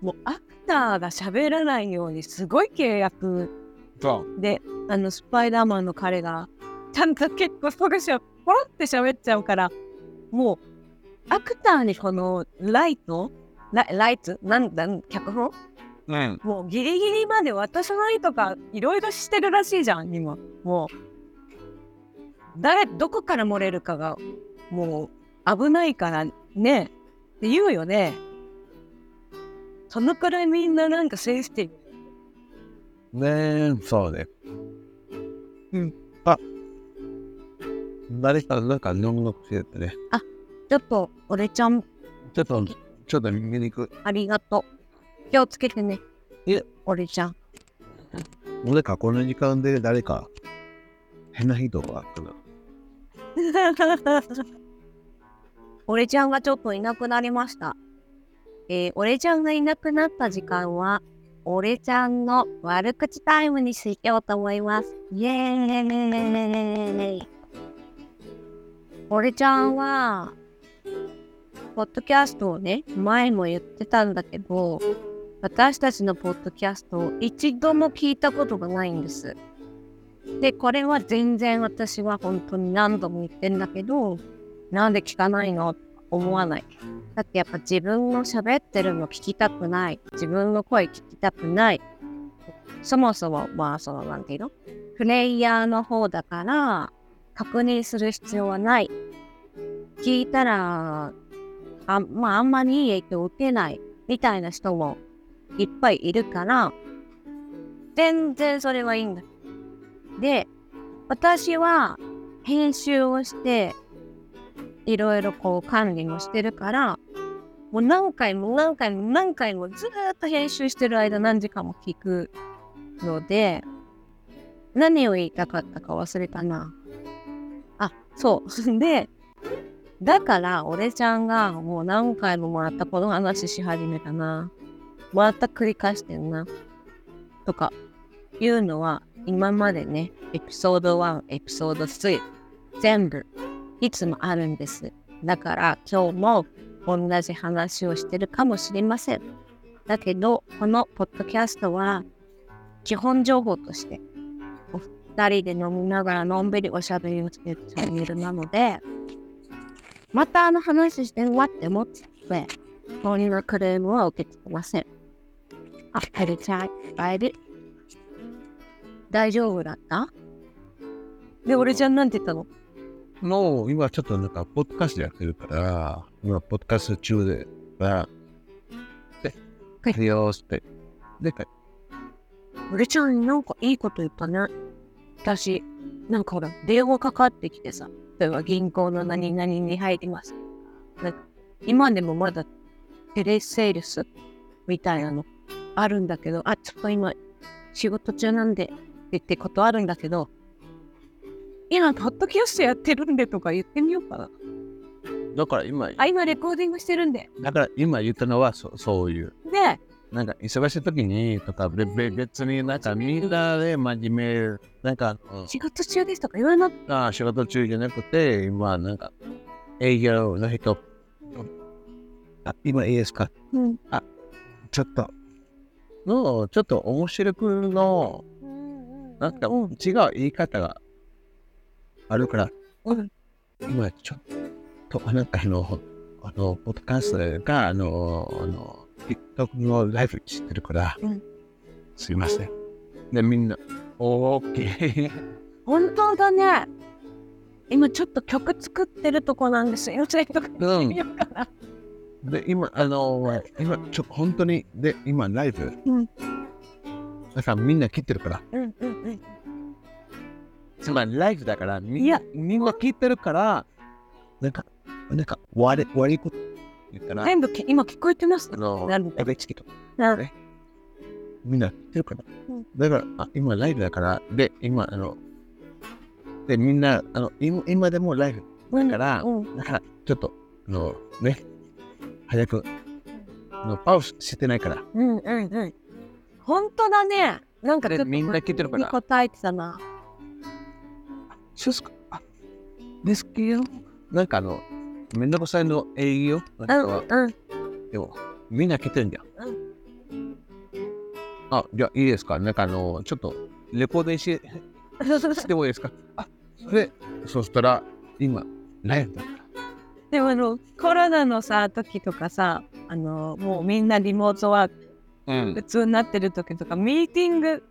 S2: もうあっターが喋らないようにすごい契約
S1: そう
S2: であのスパイダーマンの彼がちゃんと結構少しはポロって喋っちゃうからもうアクターにこのライトラライトなんだ脚本
S1: うん
S2: もうギリギリまで私の絵とかいろいろしてるらしいじゃん今もう誰どこから漏れるかがもう危ないからねって言うよねそのくらいみんななんかセンシティブ
S1: ねえ、そうね。
S2: うん。
S1: あ、誰か、なんか日本語教えてね。
S2: ちょっと俺ちゃん
S1: ちょっと、ちょっと見に行く。
S2: ありがとう気をつけてね
S1: いえ
S2: 俺ちゃん
S1: 俺か、この時間で誰か、変な人が来る。
S2: 俺ちゃんがちょっといなくなりました。えー、俺ちゃんがいなくなった時間は、俺ちゃんの悪口タイムにしようと思います。イエーイ俺ちゃんは、ポッドキャストをね、前も言ってたんだけど、私たちのポッドキャストを一度も聞いたことがないんです。で、これは全然私は本当に何度も言ってんだけど、なんで聞かないの思わない。だってやっぱ自分の喋ってるの聞きたくない。自分の声聞きたくない。そもそも、まあそのなんていうのプレイヤーの方だから、確認する必要はない。聞いたら、あまああんまりいい影響を受けないみたいな人もいっぱいいるから、全然それはいいんだで、私は編集をして、いろいろこう管理もしてるから、もう何回も何回も何回もずーっと編集してる間何時間も聞くので、何を言いたかったか忘れたな。あ、そう。 で、だから俺ちゃんがもう何回ももらったこの話し始めたな。また繰り返してんな。とかいうのは今までねエピソード1エピソード3全部いつもあるんですだから今日も同じ話をしてるかもしれませんだけどこのポッドキャストは基本情報としてお二人で飲みながらのんびりおしゃべりをしてるチャンネルなのでまたあの話してんわって思って購入のクレームは受け付けませんあ、ヘルチャー、バイル大丈夫だったで、俺ちゃんなんて言ったの
S1: の、今ちょっとなんか、ポッドキャストやってるから、今、ポッドキャスト中で、あで、
S2: はい
S1: 利用して、で、
S2: 俺ちゃんなんかいいこと言ったね。私、なんかほら、電話かかってきてさ、例えば銀行の何々に入ります。なんか今でもまだテレセールスみたいなのあるんだけど、あ、ちょっと今仕事中なんでって言ってことあるんだけど、今、ポッドキャストやってるんでとか言ってみようかな。
S1: だから今、
S2: あ、今レコーディングしてるんで。
S1: だから今言ったのは、そそういう。
S2: で、
S1: なんか忙しい時にとか、べべ別になんかみんなで真面目、なんか、うん
S2: 仕事中ですとか言わな
S1: あ仕事中じゃなくて、今なんか営業の人、あ今いいですか
S2: うん。
S1: ちょっと。の、ちょっと面白くの、なんか
S2: う
S1: 違
S2: ん
S1: う言い方があるから、
S2: うん
S1: 今ちょっと、あなんかあの、あの、ポッドキャストが、あの、あの、TikTok のライブしてるから、
S2: うん
S1: すいません。で、みんな、オーケー。
S2: 本当だね。今ちょっと曲作ってるとこなんですよ。ちょっと
S1: うん
S2: 見ようかな。
S1: で、今、あの、今、ちょ、本当に、で、今、ライブ。
S2: うん
S1: だから、みんな切ってるから。
S2: うんうんうん。
S1: つまり、ライブだから、み
S2: いや
S1: みんな切ってるから、なんか、なんか、悪い、悪いこと言ったら、
S2: 全部き今聞こえてます
S1: あ。の、
S2: なるほど
S1: やべ、チケット。
S2: な
S1: ねみんな切ってるから
S2: うん。
S1: だから、あ、今、ライブだから、で、今、あの、で、みんな、あの、今今でもライブ
S2: うん
S1: だから、
S2: うん
S1: だから、ちょっと、あの、ね、早く、あのパウスしてないから。
S2: うんうんうん。本当だね。なんかちょっ
S1: で
S2: と
S1: みんな聞いてるから
S2: に答えてたな。
S1: そうすか。あ、ですけど、なんかあの、めんどくさいの営業なんか
S2: うん
S1: は、
S2: うん
S1: でも、みんな来てるんだよ。あ、じゃあいいですか。なんかあの、ちょっとレコー ディングししてもいいですか。あ、それ、そしたら今、ライブだから。
S2: でもあのコロナのさ時とかさあのもうみんなリモートワーク
S1: うん
S2: 普。通になってる時とかミーティング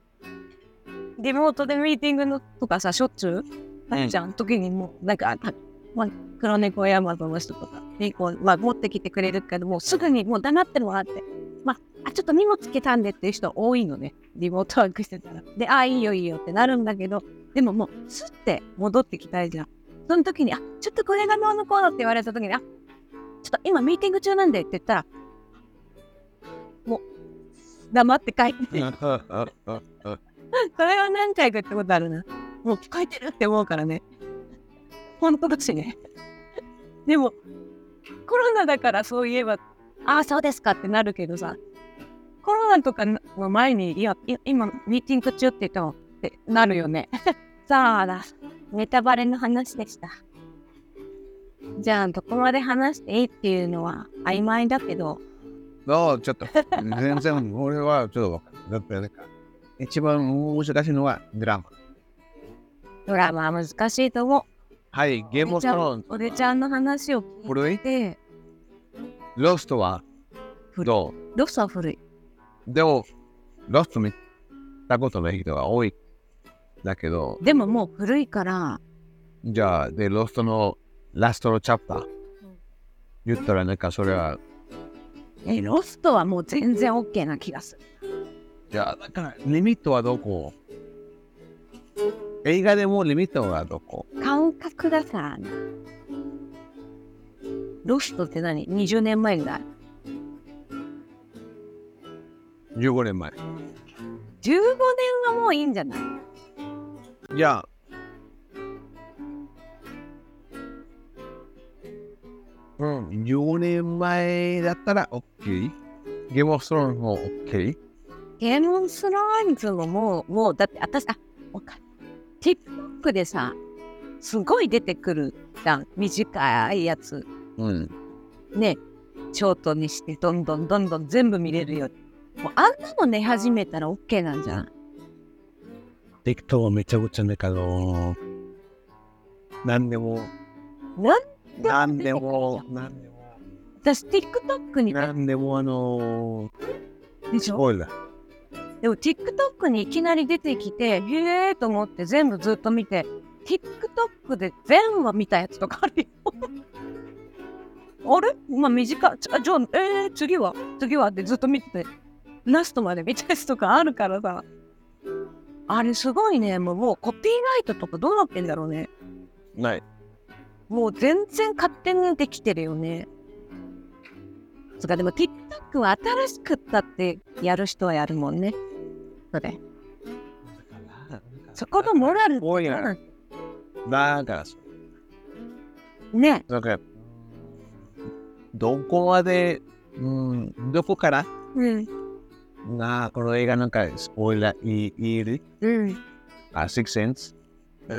S2: リモートでミーティングのとかさしょっちゅうあるじゃん、時にもうなんかたまあ黒猫山マの人とかにこう、まあ、持ってきてくれるけどもうすぐにもう黙ってもらって。まああ、ちょっと荷物つけたんでっていう人多いのね。リモートワークしてたら。で、あ、いいよいいよってなるんだけど、でももう、すって戻ってきたいじゃん。その時に、あ、ちょっとこれがどうのこうのって言われた時に、あ、ちょっと今ミーティング中なんでって言ったら、もう、黙って帰 って、それは何回か言ったことあるな。もう聞こえてるって思うからね。本当だしね。でも、コロナだからそういえば、ああ、そうですかってなるけどさ、コロナとかの前に、いや、い今、ミーティング中って言ったのってなるよね。 さあだ、ネタバレの話でした。じゃあ、どこまで話していいっていうのは曖昧だけど、
S1: ああ、ちょっと、全然俺はちょっとわかんない。だってなんか、一番難しいのはドラマ。
S2: ドラマは難しいと思う。
S1: はい、ゲームオブスローンズ。
S2: おでちゃんの話を
S1: 古
S2: 聞
S1: い
S2: いて、
S1: ロストはどう
S2: ロスは古い。
S1: でも、ロスト見たことない人が多い。だけど、
S2: でももう古いから、
S1: じゃあ、で、ロストのラストのチャプター。言ったら、なんかそれは、
S2: えロストはもう全然 OK な気がする。
S1: じゃあ、だから、リミットはどこ映画でもリミットはどこ
S2: 感覚がさ、ロストって何 ?20 年前ぐらい
S1: ?15 年前。
S2: ?15 年はもういいんじゃない
S1: じゃあ、うん、4年前だったら OK。ゲームオブストローンも OK。
S2: ゲームオブスローンズももう、もう、だって私、あ、わかる。TikTok でさ、すごい出てくるじゃん。短いやつ。
S1: うん。
S2: ね、ショートにして、どんどんどんどん全部見れるように。もうあんなの寝始めたら OK なんじゃない
S1: テクトはめちゃくちゃなんかあのなんでも、
S2: なん
S1: なんでも、なんでも、
S2: 私 TikTok に
S1: なんでもあの
S2: でし
S1: ー、
S2: ょ
S1: おいだ。
S2: でも TikTok にいきなり出てきて、へえと思って全部ずっと見て、TikTok で全話見たやつとかあるよ。 あれまあ短い。ちょじゃあ、えー、次は次はってずっと見てて、ラストまで見たやつとかあるからさ。あれすごいね。もうもうコピーライトとかどうなってんだろうね。
S1: ない。
S2: もう全然勝手にできてるよね。そっか、でも TikTok は新しくったってやる人はやるもんね。それ。そこのモラルって
S1: 多い
S2: な
S1: な。
S2: ん
S1: だから、
S2: ね、
S1: なんか、どこまで、うん、どこから
S2: うん、
S1: なあ、この映画なんか、スポイラー、いいいる
S2: うん、
S1: あ、シックセンス今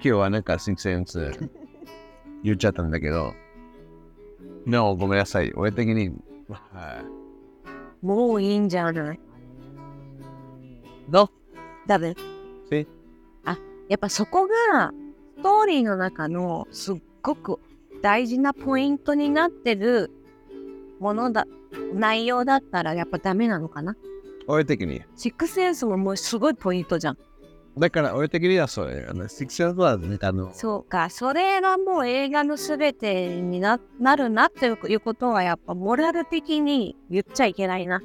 S1: 日はなんか、シックセンス言っちゃったんだけど、でもごめんなさい、俺的に、は
S2: もういいんじゃない
S1: いど
S2: だめ。
S1: え
S2: やっぱそこが、ストーリーの中のすっごく大事なポイントになってるものだ、内容だったらやっぱダメなのかな。
S1: 俺的に。
S2: シックスセンスももうすごいポイントじゃん。
S1: だから、俺的にはそれ、あのシックセンスは、なんかあの、
S2: そうか、それがもう映画のすべてにななるなっていうことはやっぱモラル的に言っちゃいけないな。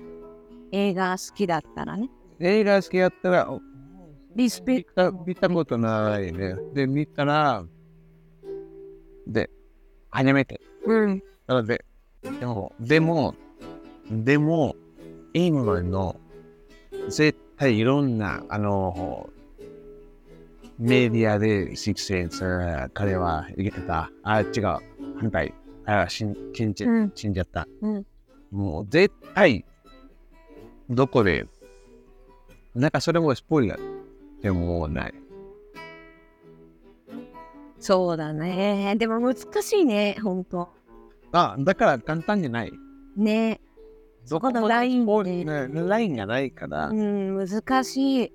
S2: 映画好きだったらね。
S1: 映画好きやったら、
S2: リスペ
S1: 見
S2: ク
S1: た
S2: ト。
S1: 見たことないね。で、見たら、で、初めて。
S2: うん。
S1: なので、でも、でも、でも、イングランドの、絶対いろんな、あの、メディアで、シックスセンス、彼は生きてた。あ、違う。反対。あ、死ん死んじゃ
S2: うん
S1: 死んじゃった。
S2: うん
S1: もう、絶対、どこで、なんかそれもスポイラーでもない。
S2: そうだね。でも難しいね、ほんと。
S1: あ、だから簡単じゃない。
S2: ね。そこのライン
S1: どこも
S2: で
S1: ねラインがないから。
S2: うん、難しい。、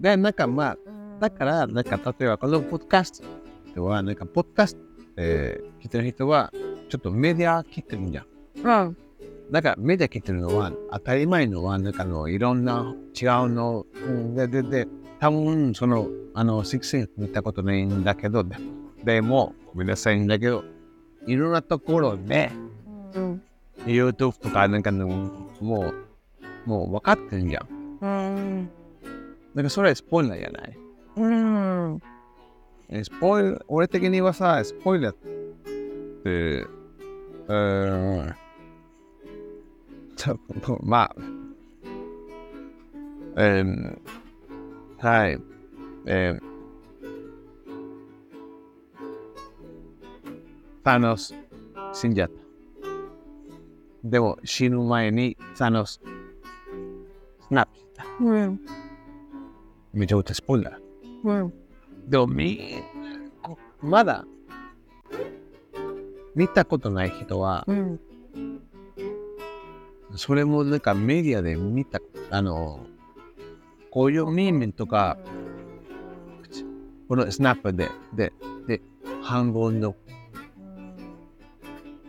S1: で、なんかまあ、だからら、なんか例えばこのポッドキャストは、なんかポッドキャスト、えー、聞いてる人は、ちょっとメディア切ってるんじゃん。
S2: うん、
S1: だからメディア切ってるのは、当たり前のは、なんかあのいろんな違うの、うんで、で、で、多分その、あの、シックス見たことないんだけど、ででも、ごめんなさいんだけど、いろんなところで、
S2: うん、
S1: YouTube とか、なんかの、もう、もう分かってるじゃん。
S2: うん、
S1: だからそれはスポイラーじゃない。
S2: うん、
S1: えスポイラー、俺的にはさ、スポイラーって、うーん、ちょっと、まあ、えー、はい、えー、サノス、死んじゃった。でも、死ぬ前にサノス、スナップした。
S2: うん、
S1: めちゃくちゃスポイラー。
S2: うん、
S1: でもみんなこまだ見たことない人は、
S2: うん、
S1: それもなんかメディアで見た、あの、こういうミームとか、このスナップで、で、で、半分の、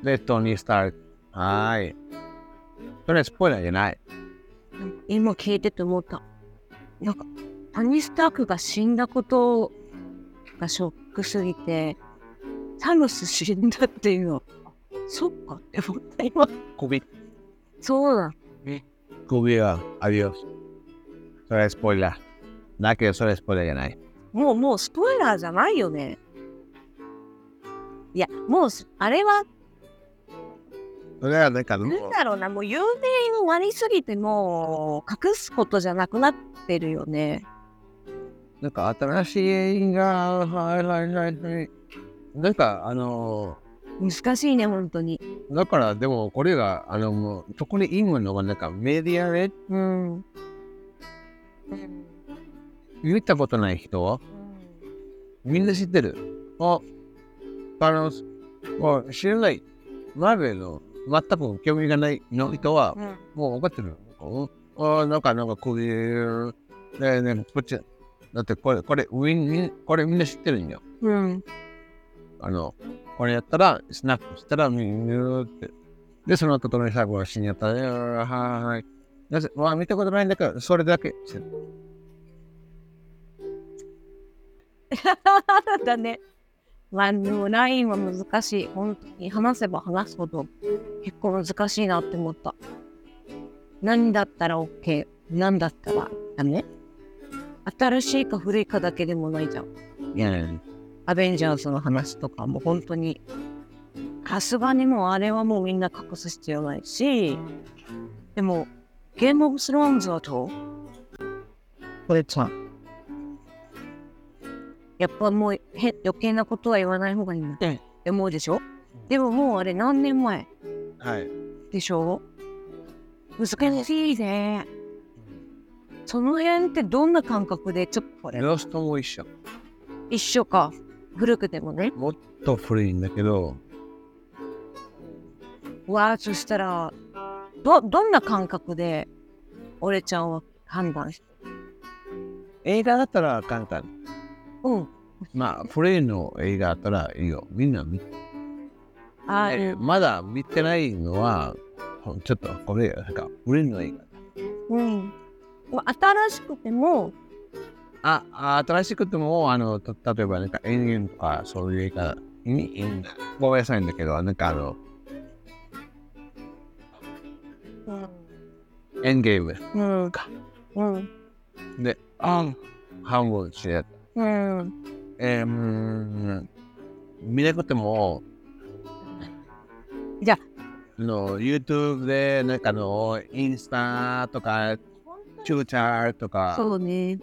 S1: で、トニー・スターク、はーい。それはスポイラーじゃない。
S2: 今聞いてて思った。なんか、タニー・スタークが死んだことがショックすぎて、サノス死んだっていうの、そっかって思った今。
S1: 首、
S2: そうだ。
S1: 首は、アディオス。それはスポイラー。だけど、それはスポイラーじゃない。
S2: もう、もうスポイラーじゃないよね。いや、もうす、あれは、
S1: それはなんか、
S2: なんだろうな、もう有名になりすぎて、もう、隠すことじゃなくなってるよね。
S1: なんか新しい映画、はいはいはいはい。なんかあの
S2: 難しいね、本当に。
S1: ー、だからでもこれが、あのもう、特に今のはなんかメディアで
S2: うん。
S1: 見たことない人はみんな知ってる。あ、あの、もう知らない。マーベルの全く興味がないの人は
S2: うん
S1: もう分かってる。おあ、なんかなんかこういう、ねねこっち、だってこれ、これ、ウィンウィン、これみんな知ってるんよ。
S2: うん。
S1: あの、これやったら、スナップしたら、みーって。で、その後、隣最後は死んじゃったね。うーはーはい。なぜ、わあ、見たことないんだけど、それだけ。
S2: だね。まあ、でもラインは難しい。本当に話せば話すほど結構難しいなって思った。何だったら OK、何だったらダメ新しいか古いかだけでもないじゃん。
S1: いやい
S2: アベンジャーズの話とかも本当に。さすがにもうあれはもうみんな隠す必要ないし、でも、ゲームオブスローンズはどうこれちゃん。やっぱもうへ余計なことは言わない方がいいんだっ
S1: うん
S2: て思うでしょでももうあれ何年前
S1: はい。
S2: でしょ難しいね。その辺ってどんな感覚でちょっとこれ
S1: ロストも一緒。
S2: 一緒か。古くてもね。
S1: もっと古いんだけど、
S2: わあそしたらどどんな感覚で俺ちゃんは判断して
S1: 映画だったら簡単。
S2: うん
S1: まあ、古いの映画だったらいいよ。みんな見て。
S2: あー
S1: まだ見てないのは、ちょっとこれ、なんか、古いの映画。
S2: うんまあ新しくても
S1: あ、あ新しくても、あの、た例えばなんか、エンゲンとか、そういう映画に、うんごめんなさいんだけど、なんかあの、
S2: うん
S1: エンゲーム
S2: うんうん
S1: で、あ半分してやった。
S2: うん
S1: えー、うーん、見なくても、
S2: じゃあ
S1: あの、YouTube で、なんかあの、インスタとか、チューチャーとか、
S2: そうね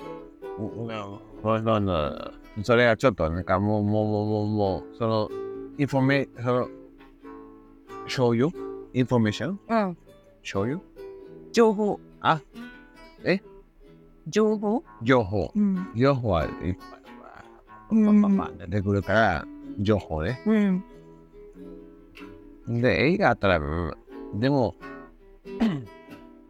S1: ううんそうそうそうそれはちょっとなんかもうもうもうもうもうそのインフォメその醤油インフォメーション
S2: うん
S1: 醤油
S2: 情報
S1: あえ
S2: 情報
S1: 情報
S2: うん
S1: 情報はいっぱい
S2: うん
S1: まあまあ出てくるから情報ね
S2: うん
S1: で映画あったらうんでも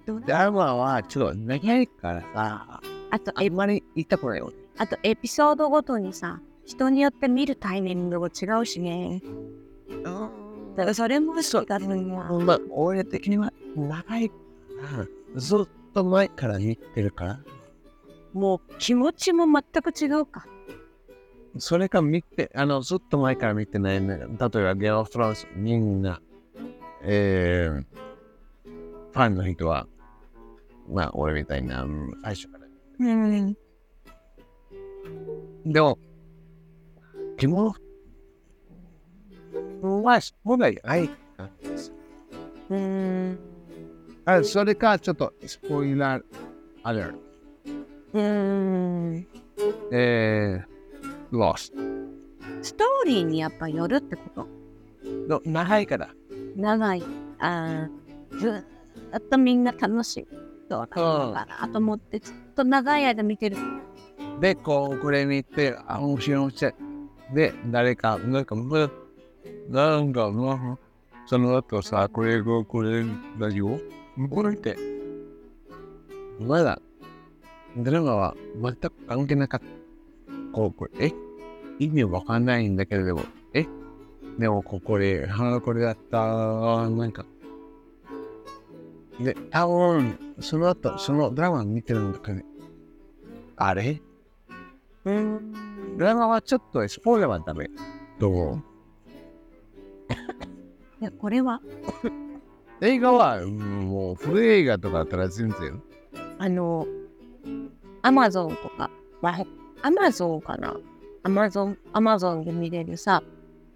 S1: ドラマはちょっと長いからさ、
S2: あと
S1: あ
S2: え
S1: んまり言ったことないよね。
S2: あとエピソードごとにさ人によって見るタイミングも違うしねだからそれも
S1: そう
S2: だな
S1: まあ、俺的には長いから、ずっと前から見てるから、
S2: もう気持ちも全く違うか
S1: それか見て、あの、ずっと前から見てないね。例えば、ゲームオブスローンズ、みんな、えー、ファンの人は、まあ、俺みたいな、うん最初から。
S2: うん
S1: でも、気持ちはそうだよ。はい。
S2: うん
S1: あそれか、ちょっと、スポイラーアレル。
S2: うん
S1: えー、ロス。
S2: ストーリーにやっぱよるってこと
S1: の長いから。
S2: 長いあーずーっとみんな楽しいとわかるからあと思ってずっと長い間見てる
S1: で、こう、これに行って、あ、面白い面白い。で、誰か、なんか、むなんか、むその後さ、これ、これこれ、ラジオこれって。まだ、ドラマは全く関係なかった。こう、これ、え意味わかんないんだけれども、えでも、ここで、あこれだった、なんか。で、多分、その後、そのドラマ見てるんだけど、ね、あれ
S2: うん
S1: ドラマはちょっとスポイラーはダメ。どう思
S2: いやこれは
S1: う映画は、うんもう古い映画とかだったら全然。
S2: あの、アマゾンとか、アマゾンかなアマゾン、アマゾンで見れるさ、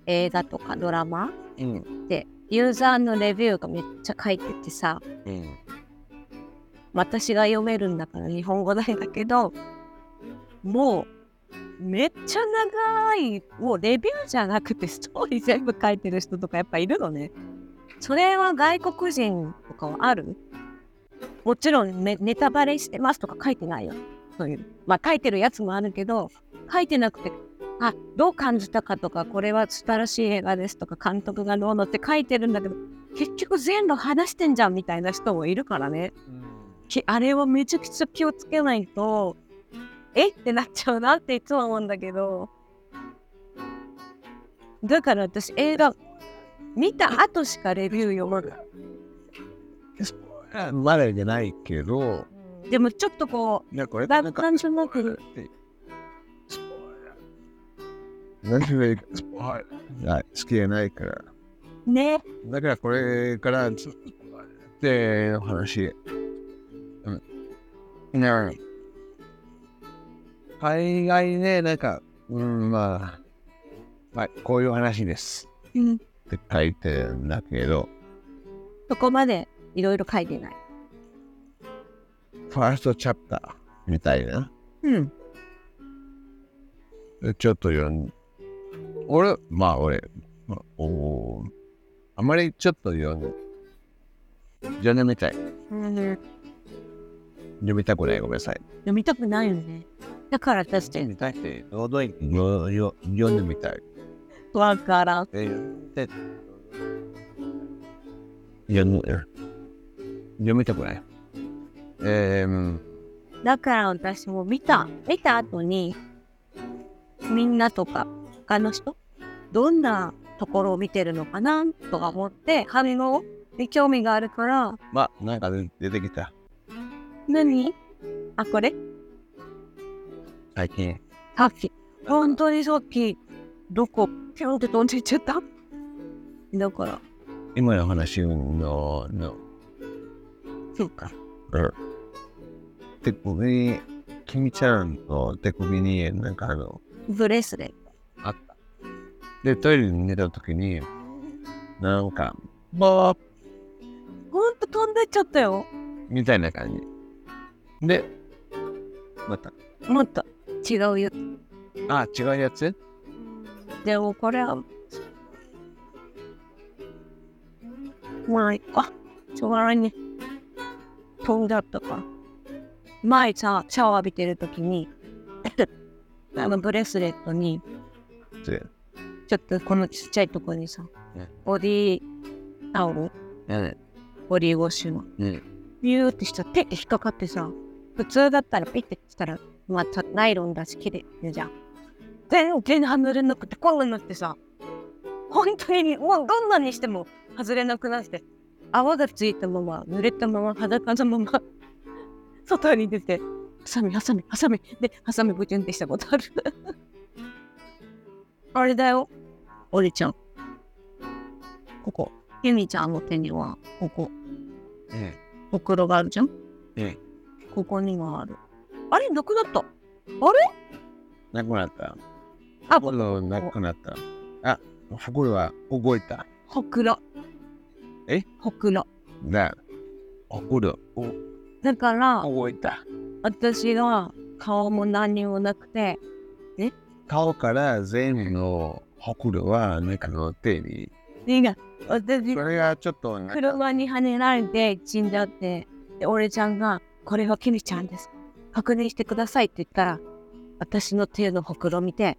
S2: 映画とかドラマ
S1: うん。
S2: って、ユーザーのレビューがめっちゃ書いててさ、
S1: うん。
S2: 私が読めるんだから日本語なんだけど、もう、めっちゃ長い、もうレビューじゃなくてストーリー全部書いてる人とかやっぱいるのね。それは外国人とかはあるもちろんねネタバレしてますとか書いてないよ。そういう。まあ書いてるやつもあるけど、書いてなくて、あ、どう感じたかとか、これは素晴らしい映画ですとか、監督がどうのって書いてるんだけど、結局全部話してんじゃんみたいな人もいるからね。きあれはめちゃくちゃ気をつけないとえってなっちゃうなっていつも思うんだけどだから私映画見た後しかレビュー読まない
S1: スポイラーまだじゃないけど、
S2: でもちょっとこ
S1: いやこ
S2: う
S1: れ
S2: な
S1: なん
S2: な
S1: か、
S2: んとなく
S1: スポイラー。なんでスポイラーはい好きじゃないから。
S2: ね
S1: だからこれからずっとっての話。うん。ねえ海外ね、なんか、うん、まあ、はい、こういう話です。って書いてるんだけど、
S2: そこまでいろいろ書いてない
S1: ファーストチャプターみたいな。
S2: うん
S1: ちょっと読ん俺、まあ俺、まあ、おーあまりちょっと読ん読んでみたい。
S2: 読
S1: 読みたくない。ごめんなさい。
S2: みたくないよねだから私
S1: 読んでみたいって、どういよよ読んでみたい。
S2: わからん
S1: で、で、読む読みたくない。えーうん、
S2: だから私も見た見た後にみんなとか他の人どんなところを見てるのかなとか思って反応に興味があるから
S1: まあ、なんか出出てきた。
S2: 何あこれ
S1: 最近。
S2: さっき本当にさっきどこピョンって飛んでいっちゃっただから
S1: 今の話の、の、
S2: そうか
S1: うん手首に、君ちゃんの手首に、なんかあの、
S2: ブレスレット
S1: あった。で、トイレに寝たときに、なんか、バー
S2: ほんと飛んでっちゃったよ
S1: みたいな感じ。で、また、
S2: もっと違うよ
S1: あ、違うやつ
S2: でもこれはまあいいかしょうがないね飛んじゃったから前さシャワー浴びてる時に あのブレスレットに
S1: って。
S2: ちょっとこのちっちゃいとこにさ
S1: うん
S2: ボディータオル
S1: うん。
S2: ボディーウォッシュの
S1: うん。
S2: ビューってしたら手って引っかかってさ、普通だったらピッてしたら、またナイロンだし、切れるじゃん。全然外れなくて、こうなってさ、本当にもうどんなにしても外れなくなって、泡がついたまま、濡れたまま、裸のま ま、外に出て、ハサミ、ハサミ、ハサミ、で、ハサミブチュンってしたことある。 あれだよ、おりちゃん。ここ。ユミちゃんの手には、ここ。
S1: え
S2: ほくろがあるじゃん。
S1: え
S2: ここにもある。あれなくなった。
S1: え、なくなった。
S2: あ、
S1: ほくろなくなった。あ、ほくろは覚えた。
S2: ほくろ。
S1: え
S2: ほくろ。
S1: だ、ほくろお
S2: だから、
S1: 覚えた。
S2: 私が顔も何にもなくて、
S1: 顔から全部のほくろは中の手に。
S2: いが、私
S1: そ、れがちょっとなんか
S2: 車にはねられて死んじゃって、で、俺ちゃんが、これはキミちゃんです。確認してくださいって言ったら、私の手のほくろ見て、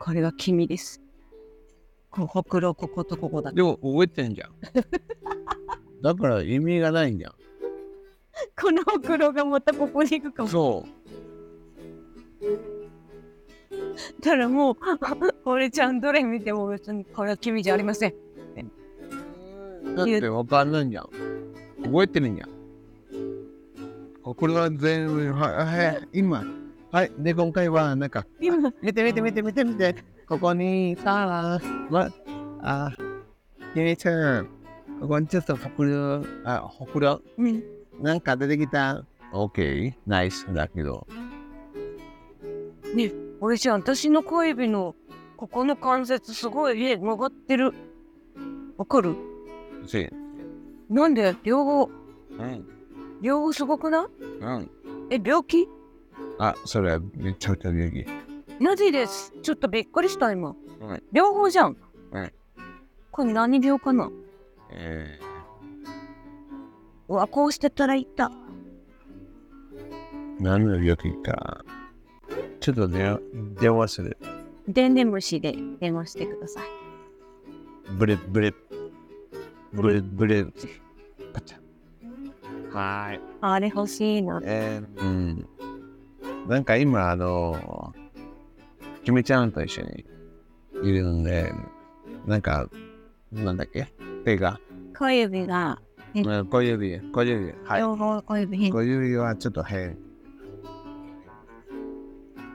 S2: これは君です。こうほくろ、こことここだ。
S1: でも覚えてんじゃ ん。だから意味がないんじゃん。
S2: このほくろがまたここに行くかも。
S1: そう。
S2: たらもう 俺ちゃんどれ見ても別にこれは君じゃありません
S1: だってわかんないじゃん。覚えてるんじゃん。これは全部、はい、はい、今。はい、で、今回は、なんか、
S2: 今
S1: 見て見て見て見て見て、ここにさ、ま、あ、ゆみちゃん、ここにちょっとほくろ、あ、ほくろ、
S2: うん
S1: なんか出てきた。オッケー、ナイスだけど。
S2: 俺ちゃん私の小指のここの関節すごいえ曲がってるわかる
S1: し、
S2: なんで両方
S1: うん、
S2: 両方すごくない
S1: うん。
S2: え病気
S1: あ、それはめっちゃ歌でき。
S2: なぜですちょっとびっくりした今、
S1: ん
S2: 両方じゃん、
S1: うん
S2: これ何病かな
S1: え
S2: うわこうしてたらいった
S1: ー、何の病気か。ちょっとね、電話する。
S2: でんでん虫で電話してください
S1: ブレブレブレブレパチャはい
S2: あれ欲しいな
S1: えー、うんなんか今あのキムちゃんと一緒にいるんでなんかなんだっけ手が
S2: 小指がうん
S1: うん小指小指はい
S2: 両方小指
S1: 小指はちょっと変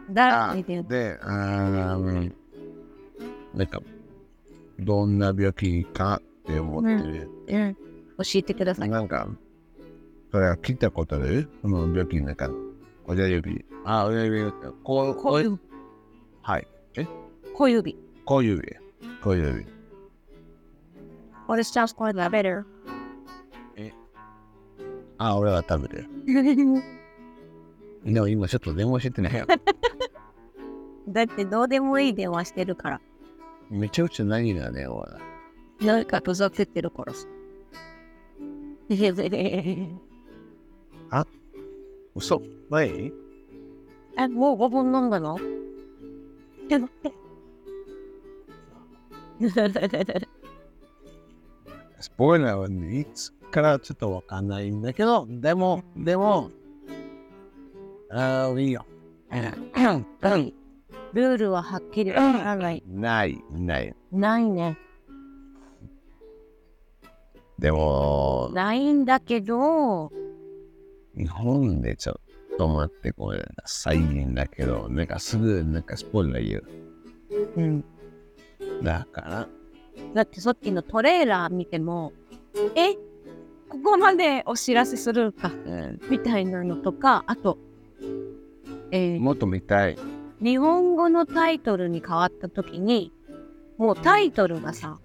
S2: だ
S1: あ
S2: って言う
S1: であーうんなんかどんな病気かって思ってる、
S2: うん、教えてください。
S1: なんか、それは聞いたことあるその病気の中の。親指。あ、親指。こう、
S2: 小指。
S1: はい。
S2: 小指。
S1: 小指。小指。
S2: What is just called the better?
S1: あ、俺は食べてる。でも今ちょっと電話してないよ。
S2: だってどうでもいい電話してるから。
S1: めちゃくちゃ何が電話だ。
S2: なんかふざけてるから さ。
S1: 嘘ない
S2: え、もう5本飲んだのえ、待って。
S1: スポイラーはいつからちょっとわかんないんだけど、でも、でも、あーいいよ。
S2: ルールははっきりわからない。
S1: ない、ない。
S2: ないね。
S1: でも、
S2: ないんだけど、
S1: 日本でちょっと待って、これ、最近だけど、なんかすぐ、なんかスポイラー言
S2: うん、
S1: う。だから、
S2: だってさっきのトレーラー見ても、え、ここまでお知らせするか
S1: うん
S2: みたいなのとか、あと、えー
S1: もっと見たい。
S2: 日本語のタイトルに変わった時に、もうタイトルがさ、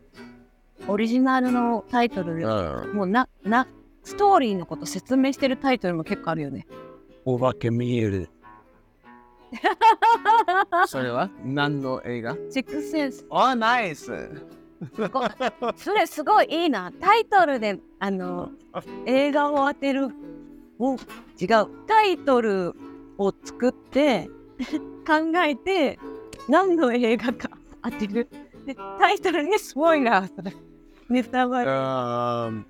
S2: オリジナルのタイトル
S1: う
S2: よ
S1: ん。
S2: もうな、な、ストーリーのこと説明してるタイトルも結構あるよね。
S1: お化け見え る。それは何の映画
S2: シックスセンス。
S1: あ、ナイス
S2: それすごいいいな。タイトルで、あの、映画を当てる。お違う。タイトルを作って、考えて、何の映画か当てる。で、タイトルにすごいな。ネタバレ。
S1: um,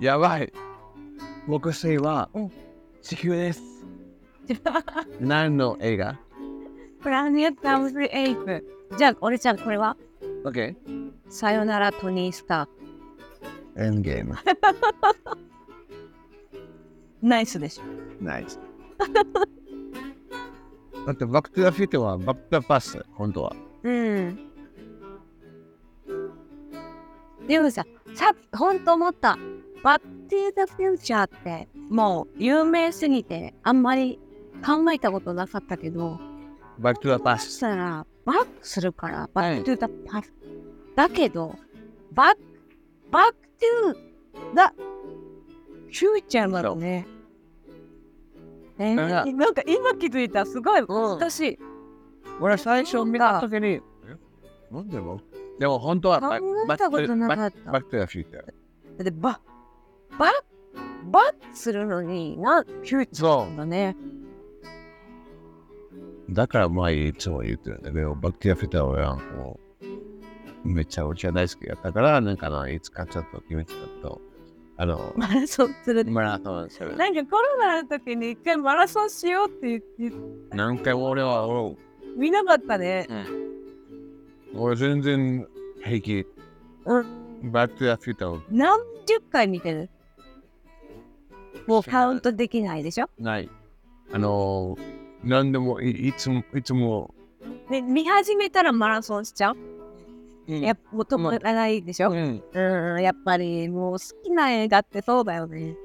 S1: やばい。木星は
S2: うん
S1: 地球です。何の映画
S2: プラネット・オブ・エイプ。じゃあ、俺ちゃん、これは
S1: ?OK。
S2: さよなら、トニー・スター。
S1: エンゲーム。
S2: ナイスでしょ。
S1: ナイス。だって、バック・トゥ・ザ・フィットはバック・トゥ・パス、本当は。
S2: うん。でもさ、さほんと思った。バッティー・ザ・フューチャーって、もう有名すぎて、あんまり考えたことなかったけど、
S1: バック・トゥ・ザ・パ
S2: そし
S1: ス。
S2: たら、バックするから、バ
S1: は
S2: ッ
S1: い
S2: ク・トゥ・ザ・パス。だけど、バック、バック・トゥ・ザ・フューチャーなのね。え
S1: だ
S2: ー、なんか今気づいた、すごい私、
S1: 俺、最初見たときに。なんでもでも、本当は
S2: 考
S1: バック・
S2: えたことなかった。
S1: バック・トゥ・ザ・フィット。
S2: だってば、ば、ばするのに、な、キューチ
S1: そ
S2: ャーだね。
S1: だから前いつも言ってるんだけど、バックティアフィターはもうめちゃくちゃ大好きだったから、なんかないつかちょっと決めてたと、あの、
S2: マラソンする。
S1: マラソンする。
S2: なんかコロナの時に一回マラソンしようって言って、
S1: 何回も俺は、俺
S2: 見なかったね。
S1: 俺全然平気。
S2: うん。
S1: バックティアフィターを
S2: 何十回見てる
S1: もう
S2: カウントできないでしょ
S1: ない。あの、何でもいいつも、いつも、
S2: で、見始めたらマラソンしちゃう、や
S1: や
S2: っぱもう止まらないでしょ、うん、
S1: ん。
S2: やっぱりもう好きな映画ってそうだよね。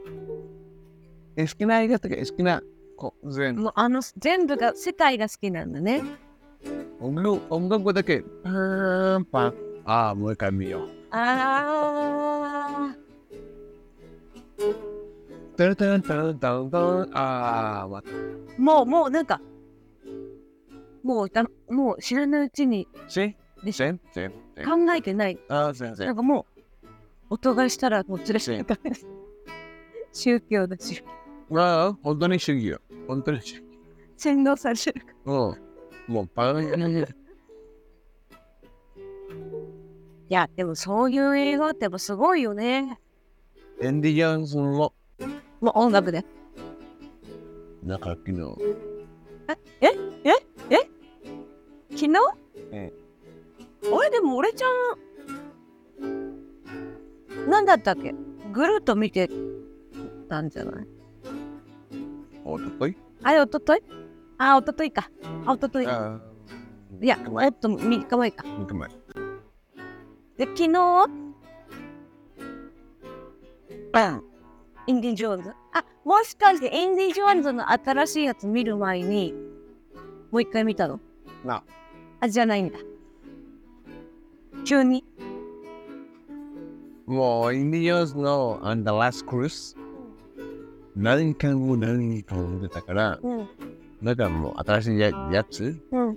S1: え好きな映画とか好きな、こう全部
S2: もうあの全部が、世界が好きなんだね。
S1: 音楽音楽だけ、パーンパン。ああ、もう一回見よう。
S2: あー、
S1: タンタンタンタンタン。ああ、ま
S2: もうもうなんか、もうだもう知らないうちに
S1: し
S2: でし
S1: 全然
S2: 考えてない。
S1: あ全
S2: な
S1: 然
S2: んかもう、音がしたらもう連れてか宗教だし、
S1: ああ本当に主義よ本当に主義
S2: 洗脳されてるか
S1: Oh, うんもうパン
S2: ら。いや、でもそういう映画ってやっぱすごいよね。
S1: エンディアンスの
S2: もう音楽で。
S1: なんか昨日
S2: 昨日
S1: え
S2: 俺でも俺ちゃん、なんだったっけぐるっと見てたんじゃない
S1: おととい
S2: あれ、おとといあ、おとといか。あ、おととい。い
S1: あ
S2: や、
S1: 3日
S2: お
S1: 前
S2: っと、3日前か。
S1: 3日前
S2: で、昨日、
S1: パン
S2: インディ・ジョーンズ。あ、もしかしてインディ・ジョーンズの新しいやつ見る前に、もう一回見たの
S1: な
S2: あ、じゃないんだ。急に。
S1: もうエンディアンスの on the last cruise 何回も何回も出たから
S2: うん。
S1: だからもう新しいややつ
S2: うん。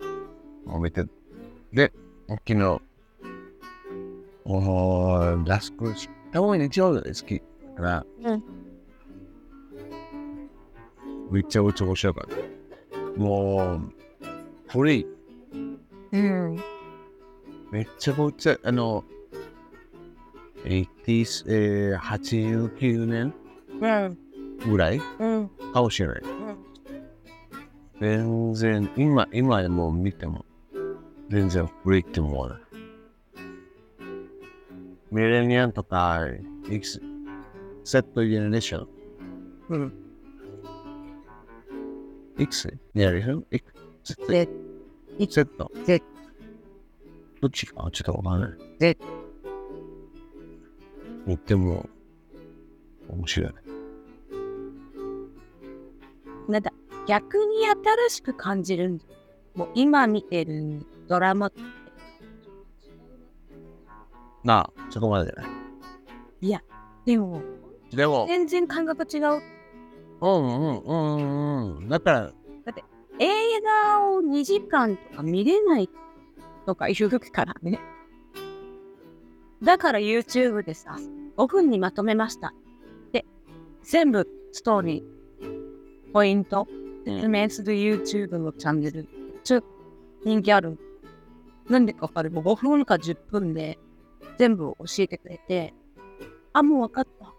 S1: を見てで昨日おー last cruise 多分日曜日好きだから
S2: うん。
S1: めっちゃめちゃ面白かった。もう、古い。
S2: うん。
S1: めっちゃめちゃ、あの、80s、えー、89年
S2: うん。
S1: ぐらい
S2: うん。
S1: かもしれない。全然、今、今でも見ても、全然古いって思わない。ミレニアンとか、X、セットジェネレーション。
S2: うん。
S1: X? ジェネレーション ?X?
S2: で、
S1: セット。
S2: Z
S1: どっちかちょっとわかんない。
S2: で、
S1: 言っても、面白い。
S2: なんだ、逆に新しく感じるんだ。もう今見てるドラマ、
S1: なあ、そこまでじゃない。
S2: でも、
S1: でも、
S2: 全然感覚違う。
S1: うんうんうんうん。だから、
S2: 映画を2時間とか見れないとか言うからね。だから YouTube でさ、5分にまとめました。で、全部ストーリー、ポイント、説明する YouTube のチャンネル、ちょ人気ある。なんでかわかるもう5分か10分で全部教えてくれて、あ、もうわかった。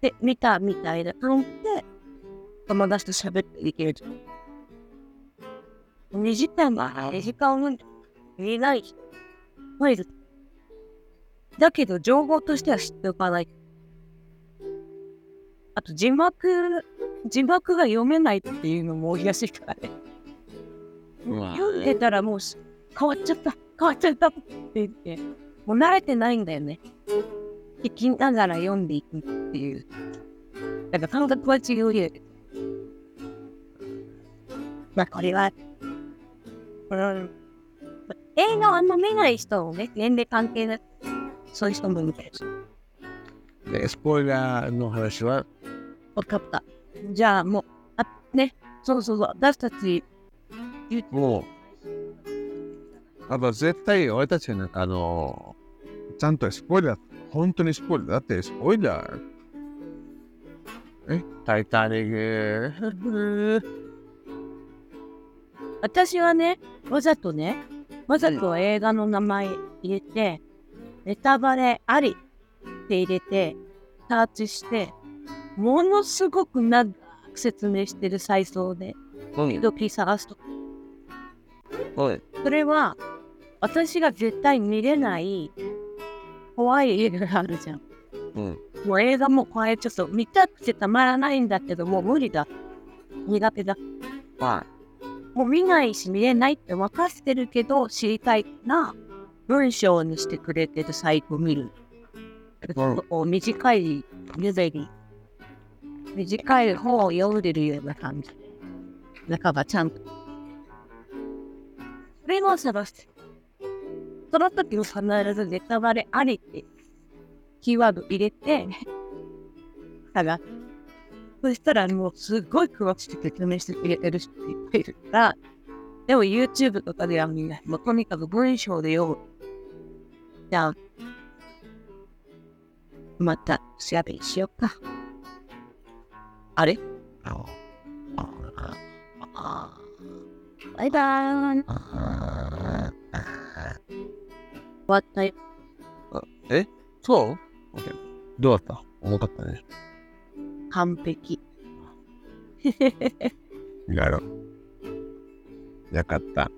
S2: て見たみたいな感じで、友達と喋っていける。2時間は2時間分見ない人もいる。だけど、情報としては知っておかない。あと、字幕、字幕が読めないっていうのもおやしいからね。
S1: ま
S2: 読んでたらもうし変わっちゃった変わっちゃったって言ってもう慣れてないんだよね聞きながら読んでいくっていうだから感覚は違うよまあこれはこれは映画をあんま見ない人をね年齢関係なくそういう人も見てる
S1: あ、でスポイラーの話は、
S2: 分かったじゃあもうあねそうそうそう私たち
S1: もう、あと絶対俺たちなんかあの、ちゃんとスポイラー、本当にスポイラー、だってスポイラー、えタイタニック、
S2: 私はね、わざとね、わざと映画の名前入れて、ネタバレありって入れて、サーチして、ものすごく長く説明してるサイトをね、時々探すと。それは、私が絶対見れない怖い映画があるじゃん。
S1: うん、
S2: もう映画も怖い、ちょっと見たくてたまらないんだけど、もう無理だ。苦手だ。もう見ないし見れないって分かってるけど知りたいな文章にしてくれてるサイトを見る。
S1: うん
S2: こう短いレベル短い本を読んでるような感じ。中ばちゃんと。それを探して。その時も必ずネタバレありってキーワード入れて探す。そしたらもうすごい詳しく説明してくれてる人いっぱいいるから、でも YouTube とかではみんな、もうとにかく文章で読む。じゃあ、また調べにしようか。あれバイバーイ。終わったよ。
S1: そう ?OK。どうだった重かったね。
S2: 完璧。
S1: いろいろ。よかった。